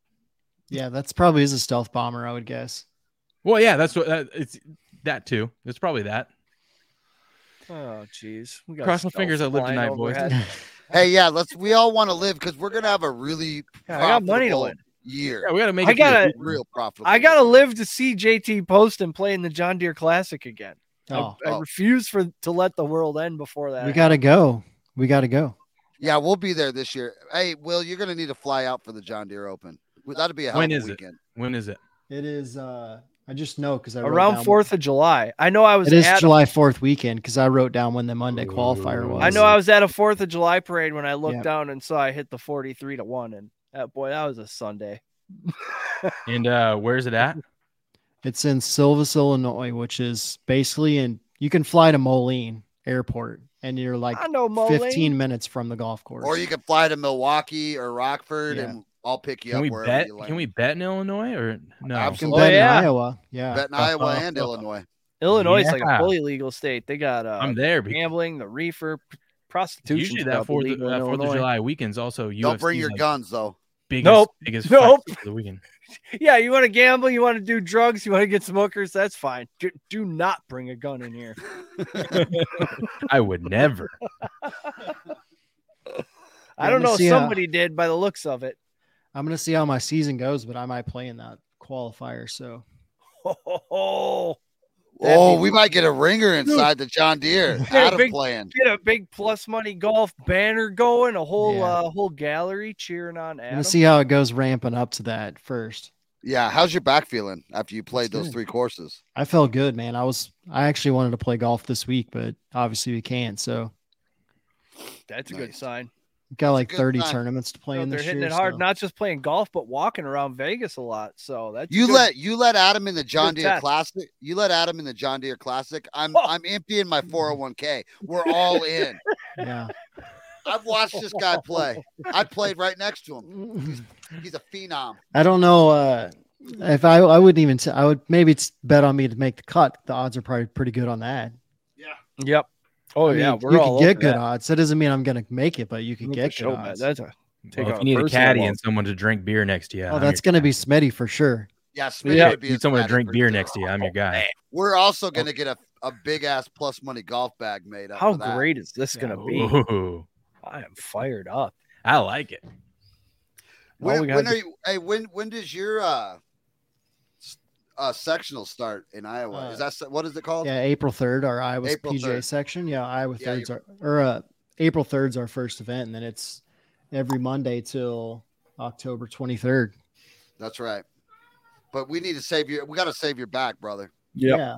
Yeah, that's probably is a stealth bomber, I would guess. Well, yeah, that's what that, it's that too. It's probably that. Oh, jeez. We got Cross my stealth fingers I live flying tonight, boys. overhead. Hey, yeah, let's. We all want to live because we're gonna have a really Yeah, I got money to profitable win. year. Yeah, we gotta make. I it through the gotta- season. Real profitable. I gotta live to see JT post and play in the John Deere Classic again. Oh, I, I Oh. refuse for to let the world end before that. we gotta go. We gotta go. Yeah, we'll be there this year. Hey, Will, you're gonna need to fly out for the John Deere Open. That'd be a hell When of a is it? weekend. When is it? It is. uh I just know because I wrote around down- Fourth of July. I know I was It is at July Fourth weekend because I wrote down when the Monday qualifier Ooh. was. I know I was at a Fourth of July parade when I looked Yeah. down and saw I hit the forty-three to one, and that boy, that was a Sunday. And uh where's it at? It's in Silvis, Illinois, which is basically in. You can fly to Moline Airport, and you're like I know, Moline. 15 minutes from the golf course. Or you could fly to Milwaukee or Rockford, Yeah. and I'll pick you Can up we wherever bet? you like. Can we bet in Illinois or no? You can Absolutely. bet Oh, yeah. in Iowa. Yeah. bet in Iowa and Uh, Illinois? Illinois is like a Yeah. fully legal state. They got uh, I'm there. Because gambling, the reefer, p- prostitution. usually that Fourth of, uh, Fourth of July weekends also. UFC Don't bring your like, guns though. Biggest, Nope. Biggest Nope. fights of the weekend. Yeah, you want to gamble, you want to do drugs, you want to get smokers. That's fine. Do, do not bring a gun in here. I would never. I Yeah, don't let me know. see, uh, Somebody did by the looks of it. I'm gonna see how my season goes, but I might play in that qualifier. So Oh, That'd Oh, be- we might get a ringer inside the John Deere. Hey, Out of big- plan. get a big plus money golf banner going, a whole Yeah. uh, whole gallery cheering on I'm gonna Adam. see how it goes ramping up to that first. Yeah, how's your back feeling after you played It's those good. three courses? I felt good, man. I was I actually wanted to play golf this week, but obviously we can't. So That's a good Nice. sign. we've got like good 30 sign. tournaments to play So in they're this hitting year. it hard, so- not just playing golf, but walking around Vegas a lot. So that's a You good- let you let Adam in the John good Deere test. Classic. You let Adam in the John Deere Classic. I'm Oh. I'm emptying my 401k. We're all in. yeah. I've watched this guy play. I played right next to him. He's a phenom. I don't know uh, if I I wouldn't even t- I would maybe it's bet on me to make the cut. The odds are probably pretty good on that. Yep. Oh I mean, yeah, you we're could all get over good that. odds. That doesn't mean I'm gonna make it, but you can Look get at good Showman. odds. That's a Well, Take if on you need a personal caddy loan. and someone to drink beer next to you, oh, I'm that's your gonna be guy. Smitty for sure. Yeah, Yeah. Smitty would be a You need someone to static drink for beer sure. next to you. I'm your guy. We're also gonna get a, a big ass plus money golf bag made up. how for that. great is this gonna be? Ooh, I am fired up. I like it. All When, we when gotta are you? Hey, when when does your uh, s- uh sectional start in Iowa? is Uh, that se- what is it called? Yeah, April third, our Iowa April PJ 3rd. section. Yeah, Iowa Yeah, thirds are or uh, April third's our first event, and then it's every Monday till October twenty third. That's right. But we need to save your. We got to save your back, brother. Yep. Yeah,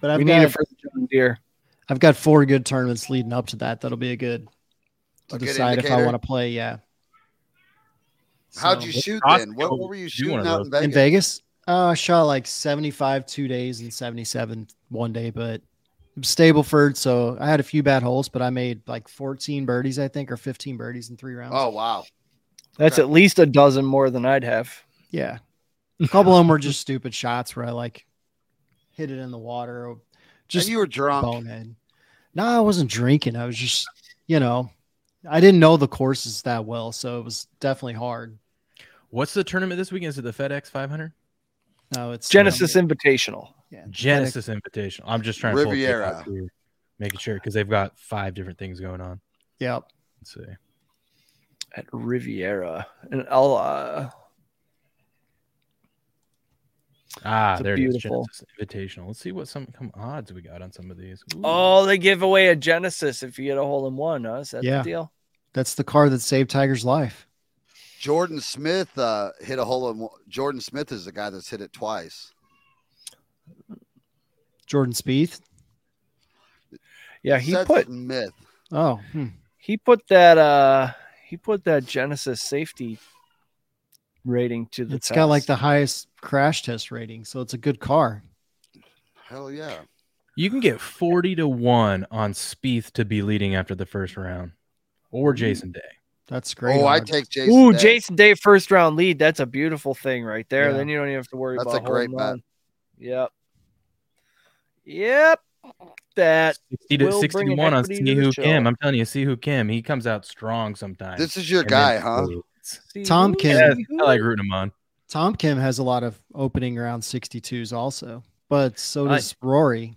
but I've we got need it for the John Deere. I've got four good tournaments leading up to that. That'll be a good to A good decide if I indicator? want to play. Yeah. How'd So- you shoot Awesome. then? What, what were you Do shooting one of out in those. Vegas? in Vegas? Uh, I shot like seventy five two days and seventy seven one day, but I'm Stableford. So I had a few bad holes, but I made like fourteen birdies, I think, or fifteen birdies in three rounds. Oh wow! That's Okay. at least a dozen more than I'd have. Yeah. A couple of them were just stupid shots where I like hit it in the water or Just just you were drunk. bonehead. No, I wasn't drinking. I was just, you know, I didn't know the courses that well, so it was definitely hard. What's the tournament this weekend? Is it the FedEx 500? No, it's Genesis Invitational. yeah. Genesis Invitational. I'm just trying to pull Riviera. up here, making sure because they've got five different things going on. Yep. Let's see. at Riviera, and I'll uh, Ah, It's a there beautiful- it is. Genesis Invitational. Let's see what some come odds we got on some of these. Ooh. oh, they give away a Genesis if you get a hole in one. Huh? Is that Yeah. the deal? That's the car that saved Tiger's life. Jordan Smith uh, hit a hole in. one- Jordan Smith is the guy that's hit it twice. Jordan Spieth. Yeah, he Seth put Smith. Oh, hmm. He put that uh he put that Genesis safety rating to the it's got like test. the highest crash test rating, so it's a good car. Hell yeah. You can get 40 to 1 on Spieth to be leading after the first round or Mm. Jason Day. That's great. oh, I odds. take Jason. Ooh, Day. Jason Day first round lead. That's a beautiful thing right there. Yeah. Then you don't even have to worry That's about a great holding bet. on. Yep. Yep. That 60 to Will 60 bring to 1 on inequity to See the Who show. Kim. I'm telling you, See Who Kim, he comes out strong sometimes. This is your And guy, then- huh? Tom Ooh, Kim. Yeah, see I who? like rooting him on. Tom Kim has a lot of opening round 62s also, but so I- does Rory.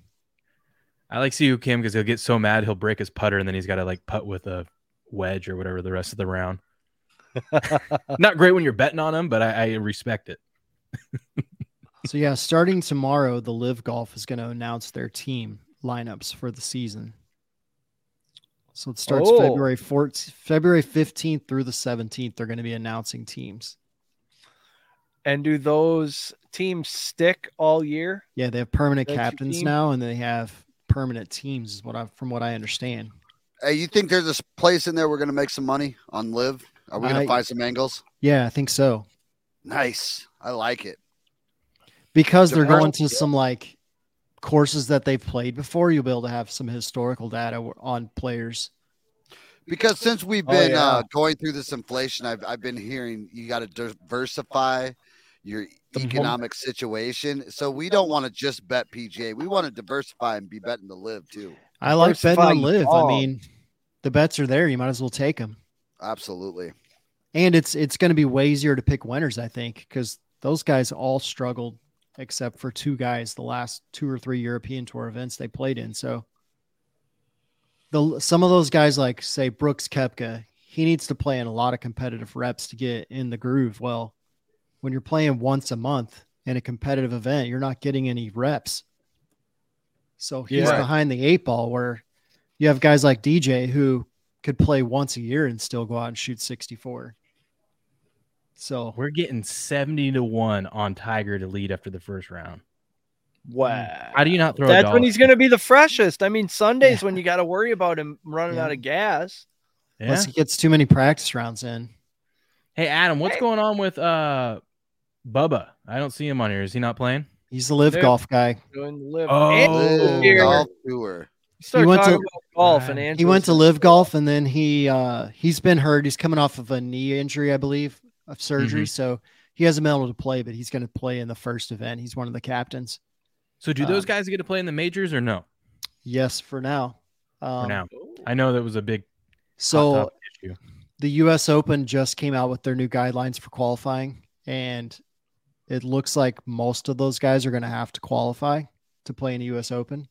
I like See Who Kim because he'll get so mad he'll break his putter and then he's got to like putt with a wedge or whatever the rest of the round. Not great when you're betting on him, but I, I respect it. So yeah, starting tomorrow, the Live Golf is going to announce their team lineups for the season. So it starts Oh. February 14th, February 15th through the 17th. They're going to be announcing teams. And do those teams stick all year? Yeah, they have permanent That's your captains team? now, and they have permanent teams. Is what I, from what I understand. Hey, you think there's a s- place in there we're gonna make some money on live? Are we gonna I- find some angles? Yeah, I think so Nice. I like it. because The they're perm- going to some like courses that they've played before. You'll be able to have some historical data on players. Because since we've Oh, been yeah. uh, going through this inflation, I've I've been hearing you got to diversify your The mon- economic situation. So we don't want to just bet PGA. We want to diversify and be betting to live too. I like betting Diversify on your Live. I dog. mean, the bets are there. You might as well take them. Absolutely. and it's it's going to be way easier to pick winners i think because those guys all struggled except for two guys the last two or three european tour events they played in so the some of those guys like say brooks kepka he needs to play in a lot of competitive reps to get in the groove well when you're playing once a month in a competitive event you're not getting any reps so he's Yeah. behind the eight ball where you have guys like dj who could play once a year and still go out and shoot 64 so We're getting 70 to 1 on Tiger to lead after the first round. Mm. Wow. How do you not throw a That's dollar? when he's going to be the freshest. I mean, Sundays when you got to worry about him running Yeah. out of gas. Yeah. unless he gets too many practice rounds in Hey Adam, what's Hey. going on with uh Bubba? I don't see him on here. Is he not playing? he's the live Dude. golf guy Doing live. Oh. Angels Live here. golf tour. You start He went talking to- about golf and he went to live golf and then he uh he's been hurt he's coming off of a knee injury i believe of Mm-hmm. surgery so he hasn't been able to play but he's going to play in the first event he's one of the captains So do those Um, guys get to play in the majors or no? yes for now um, For now. I know that was a big hot so topic issue. the US Open just came out with their new guidelines for qualifying, and it looks like most of those guys are going to have to qualify to play in the US Open.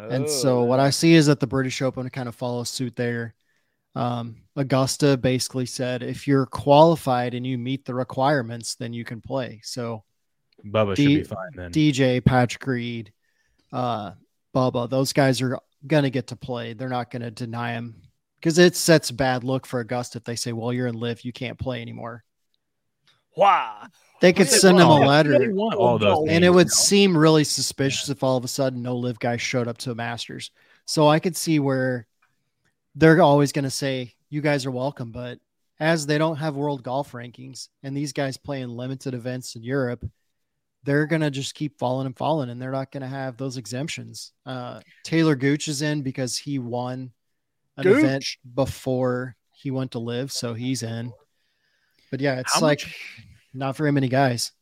and Oh, so, what I see is that the British Open kind of follows suit there. Um, Augusta basically said if you're qualified and you meet the requirements, then you can play. So, Bubba D- should be fine then. DJ, Patrick Reed, uh, Bubba, those guys are going to get to play. They're not going to deny him because it sets a bad look for Augusta if they say, well, you're in live, you can't play anymore. wow. They could Really? send him a Wow. They letter want Oh, all those Oh, and it things, would you know? seem really suspicious if all of a sudden no live guy showed up to a Masters. So I could see where they're always going to say, you guys are welcome, but as they don't have world golf rankings and these guys play in limited events in Europe, they're going to just keep falling and falling and they're not going to have those exemptions. Uh, Taylor Gooch is in because he won an event Gooch. before he went to live. So he's in. But yeah, it's How like much- not very many guys.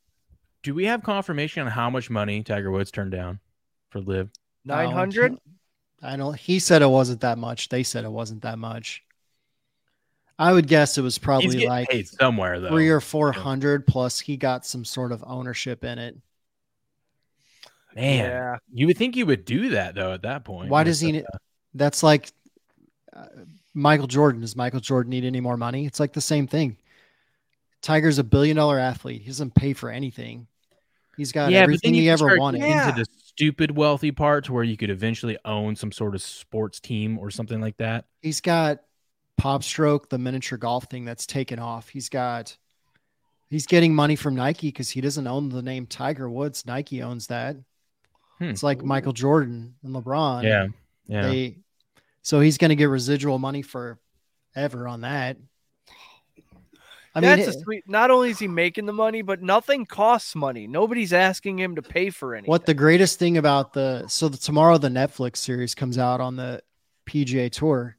do we have confirmation on how much money Tiger Woods turned down for live? I don't- 900? I don't. He said it wasn't that much. They said it wasn't that much. I would guess it was He's probably getting like paid somewhere though. three or four hundred plus. He got some sort of ownership in it. Man, Yeah. you would think you would do that though at that point. Why Like, does he? uh, ne- That's like uh, Michael Jordan. Does Michael Jordan need any more money? It's like the same thing. Tiger's a billion dollar athlete. He doesn't pay for anything. He's got yeah, but everything then you he can ever start wanted. getting into the stupid wealthy part to where you could eventually own some sort of sports team or something like that. He's got Pop Stroke, the miniature golf thing that's taken off. He's got he's getting money from Nike because he doesn't own the name Tiger Woods. Nike owns that. Hmm. It's like Michael Jordan and LeBron. Yeah, yeah. They So he's going to get residual money for ever on that. I mean, That's it- a sweet. Not only is he making the money, but nothing costs money. Nobody's asking him to pay for anything. what the greatest thing about the so the, tomorrow the Netflix series comes out on the PGA Tour,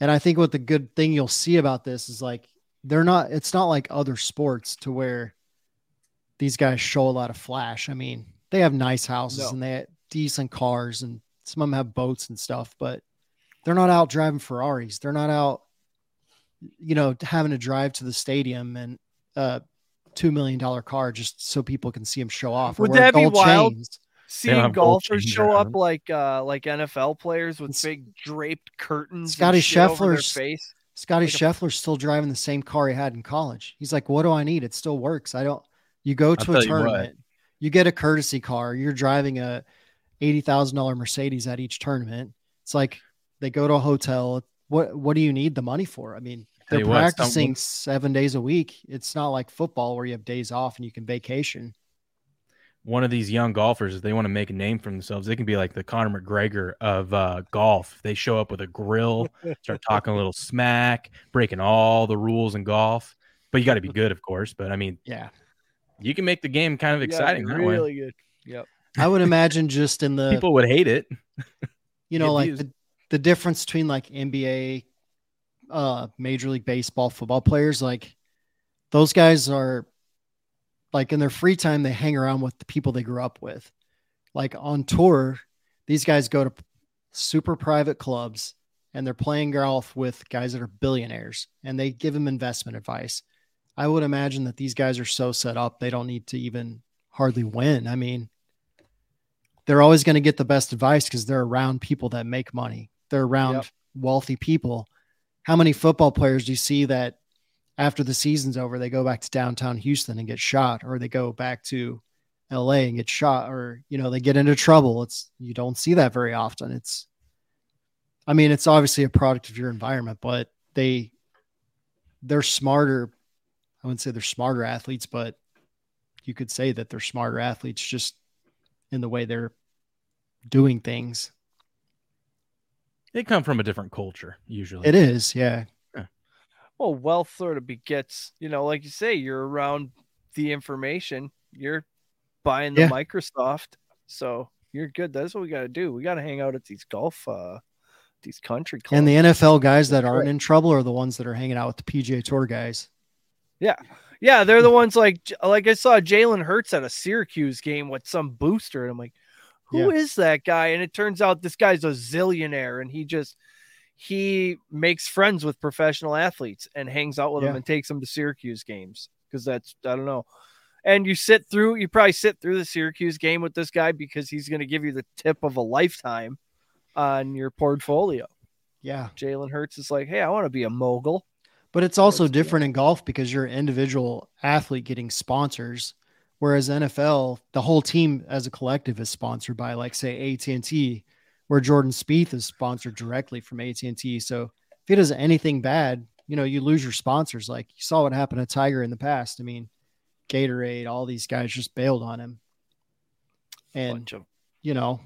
and I think what the good thing you'll see about this is like they're not. It's not like other sports to where these guys show a lot of flash. I mean, they have nice houses No. and they have decent cars, and some of them have boats and stuff, but they're not out driving Ferraris. They're not out, you know, having to drive to the stadium and uh two million dollar car just so people can see him show off. or Would wear that be gold wild? chains. have Seeing gold golfers chains show around up them. like uh like NFL players with It's- big draped curtains. and Scotty shit over their Scheffler's- face. Scotty Like a- Scheffler's still driving the same car he had in college. He's like, what do I need? It still works. I don't. You go to a tell you what. tournament, you, get a courtesy car. You're driving a eighty thousand dollar Mercedes at each tournament. It's like they go to a hotel. What What do you need the money for? I mean, Tell they're you what, it's not- practicing seven days a week. It's not like football where you have days off and you can vacation. one of these young golfers, if they want to make a name for themselves, they can be like the Conor McGregor of uh, golf. They show up with a grill, start talking a little smack, breaking all the rules in golf. But you got to be good, of course. But I mean, Yeah, you can make the game kind of Yeah, exciting that way. really good. I would imagine just in the People would hate it. you Get know, like views. the, the difference between like NBA, uh, Major League Baseball football players, like those guys are like in their free time, they hang around with the people they grew up with. Like on tour, these guys go to super private clubs and they're playing golf with guys that are billionaires and they give them investment advice. I would imagine that these guys are so set up, they don't need to even hardly win. I mean, they're always going to get the best advice because they're around people that make money. They're around Yep. wealthy people. How many football players do you see that after the season's over, they go back to downtown Houston and get shot, or they go back to LA and get shot, or you know, they get into trouble? It's you don't see that very often. It's I mean, it's obviously a product of your environment, but they they're smarter. I wouldn't say they're smarter athletes, but you could say that they're smarter athletes just in the way they're doing things. They come from a different culture usually. It is, yeah. Well, wealth sort of begets, you know, like you say, you're around the information. You're buying the Yeah. Microsoft, so you're good. That's what we got to do. We got to hang out at these golf, uh these country clubs. And the NFL guys that That's aren't right. in trouble are the ones that are hanging out with the PGA Tour guys. Yeah, they're the Mm. ones like like I saw Jalen Hurts at a Syracuse game with some booster, and I'm like, who is that guy? And it turns out this guy's a zillionaire, and he just he makes friends with professional athletes and hangs out with them Yeah. and takes them to Syracuse games because that's I don't know. And you sit through, you probably sit through the Syracuse game with this guy because he's going to give you the tip of a lifetime on your portfolio. Yeah. Jalen Hurts is like, hey, I want to be a mogul. But it's also That's- yeah. different in golf because you're an individual athlete getting sponsors, whereas NFL, the whole team as a collective is sponsored by, like, say, AT and T, where Jordan Spieth is sponsored directly from AT and T. So if he does anything bad, you know, you lose your sponsors. Like you saw what happened to Tiger in the past. I mean, Gatorade, all these guys just bailed on him, and Bunch of you know,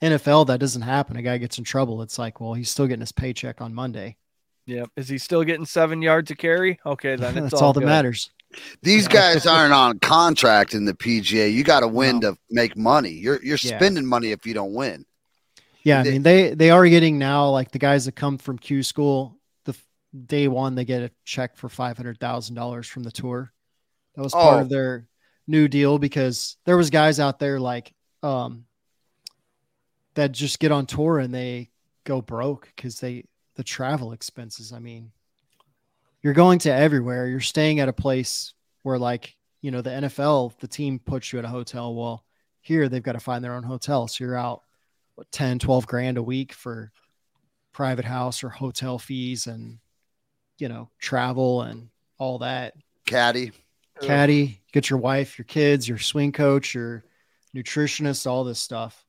NFL that doesn't happen. A guy gets in trouble. It's like, well, he's still getting his paycheck on Monday. Yeah. Is he still getting seven yards of carry? Okay, then it's That's all, that good. matters. These guys aren't on contract in the PGA. You got to win to make money. You're you're Yeah. spending money if you don't win. Yeah, I They- mean they they are getting now like the guys that come from Q school. The f- day one they get a check for five hundred thousand dollars from the tour. That was part Oh. of their new deal because there was guys out there like um that just get on tour and they go broke because they the travel expenses. I mean, you're going to everywhere. You're staying at a place where like you know the NFL the team puts you at a hotel. Well, here they've got to find their own hotel, so you're out what, 10 12 grand a week for private house or hotel fees and you know travel and all that Caddy, Ugh. caddy get your wife your kids your swing coach your nutritionist all this stuff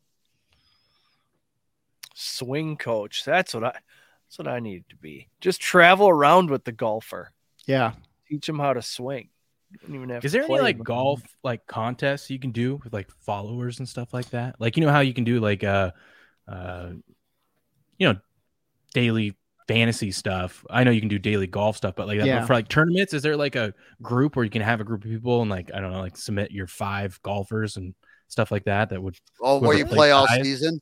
Swing coach. That's what I that's what I need to be. Just travel around with the golfer. yeah Teach him how to swing. You don't even have Is to there any play like with golf like contests you can do with like followers and stuff like that? Like you know how you can do like uh uh you know daily fantasy stuff. I know you can do daily golf stuff, but like that, Yeah. but for like tournaments, is there like a group where you can have a group of people and like I don't know, like submit your five golfers and stuff like that? That would Oh, where Whoever you plays play all five. season?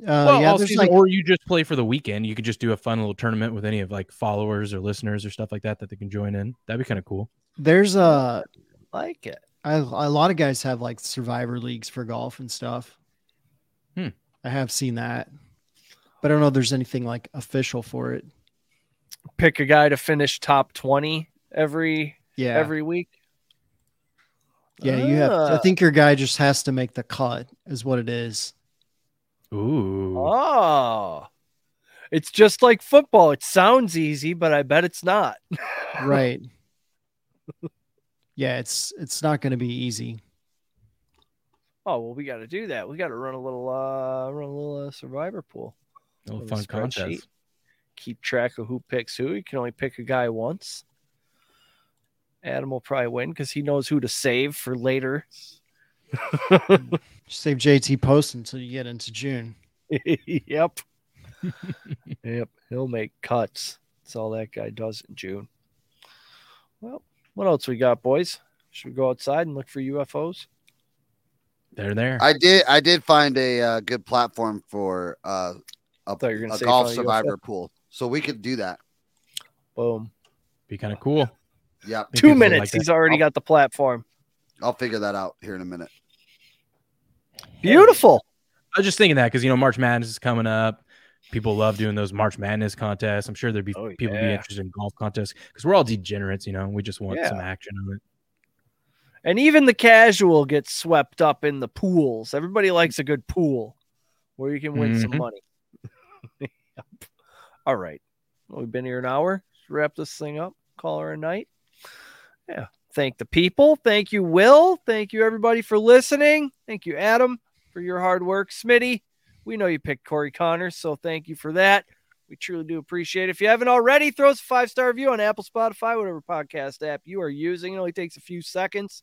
Uh, well, yeah, all there's season, like or you just play for the weekend. You could just do a fun little tournament with any of like followers or listeners or stuff like that that they can join in. That'd be kind of cool. there's a, like it. I, a lot of guys have like survivor leagues for golf and stuff. Hmm. I have seen that, but I don't know if there's anything like official for it. Pick a guy to finish top 20 every Yeah, every week. yeah, you have. I Ah. think your guy just has to make the cut, is what it is. Ooh, Oh. It's just like football. It sounds easy, but I bet it's not. Right. yeah, it's it's not going to be easy. Oh, well, we got to do that. We got to run a little uh run a little uh, survivor pool. little on the fun spreadsheet. contest. Keep track of who picks who. You can only pick a guy once. Adam will probably win cuz he knows who to save for later. Save JT post until you get into June. yep. yep. He'll make cuts. That's all that guy does in June. Well, what else we got, boys? Should we go outside and look for UFOs? They're there. I did. I did find a uh, good platform for uh, a, thought you were gonna a say golf find a survivor pool, so we could do that. Boom. be kind of cool. Yep, Think Two people would like minutes. that. He's already got the platform. I'll figure that out here in a minute. Beautiful. I was just thinking that because you know March Madness is coming up. People love doing those March Madness contests. I'm sure there'd be Oh, people be yeah. interested in golf contests because we're all degenerates, you know. We just want Yeah. some action on it. And even the casual gets swept up in the pools. Everybody likes a good pool where you can win some Mhm. money. Yep. All right. Well, we've been here an hour. Let's wrap this thing up. Call her a night. Yeah. Thank the people. Thank you, Will. Thank you, everybody, for listening. Thank you, Adam, for your hard work. Smitty, we know you picked Corey Connors, so thank you for that. We truly do appreciate it. If you haven't already, throw us a five star review on Apple, Spotify, whatever podcast app you are using. It only takes a few seconds.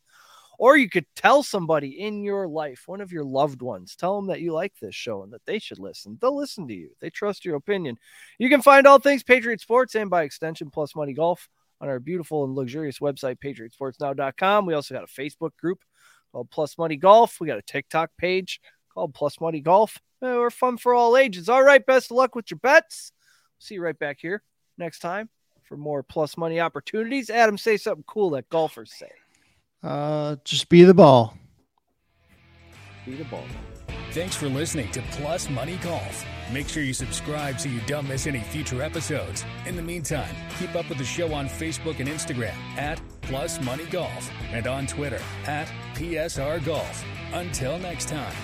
Or you could tell somebody in your life, one of your loved ones, tell them that you like this show and that they should listen. They'll listen to you, they trust your opinion. You can find all things Patriot Sports and by extension, Plus Money Golf on our beautiful and luxurious website, patriotsportsnow.com. We also got a Facebook group called Plus Money Golf. We got a TikTok page called Plus Money Golf. Eh, We're fun for all ages. All right, best of luck with your bets. See you right back here next time for more plus money opportunities. Adam, say something cool that golfers say. Uh, just be the ball. Beat a ball. Thanks for listening to Plus Money Golf. Make sure you subscribe so you don't miss any future episodes. In the meantime, keep up with the show on Facebook and Instagram at Plus Money Golf and on Twitter at PSR Golf. Until next time.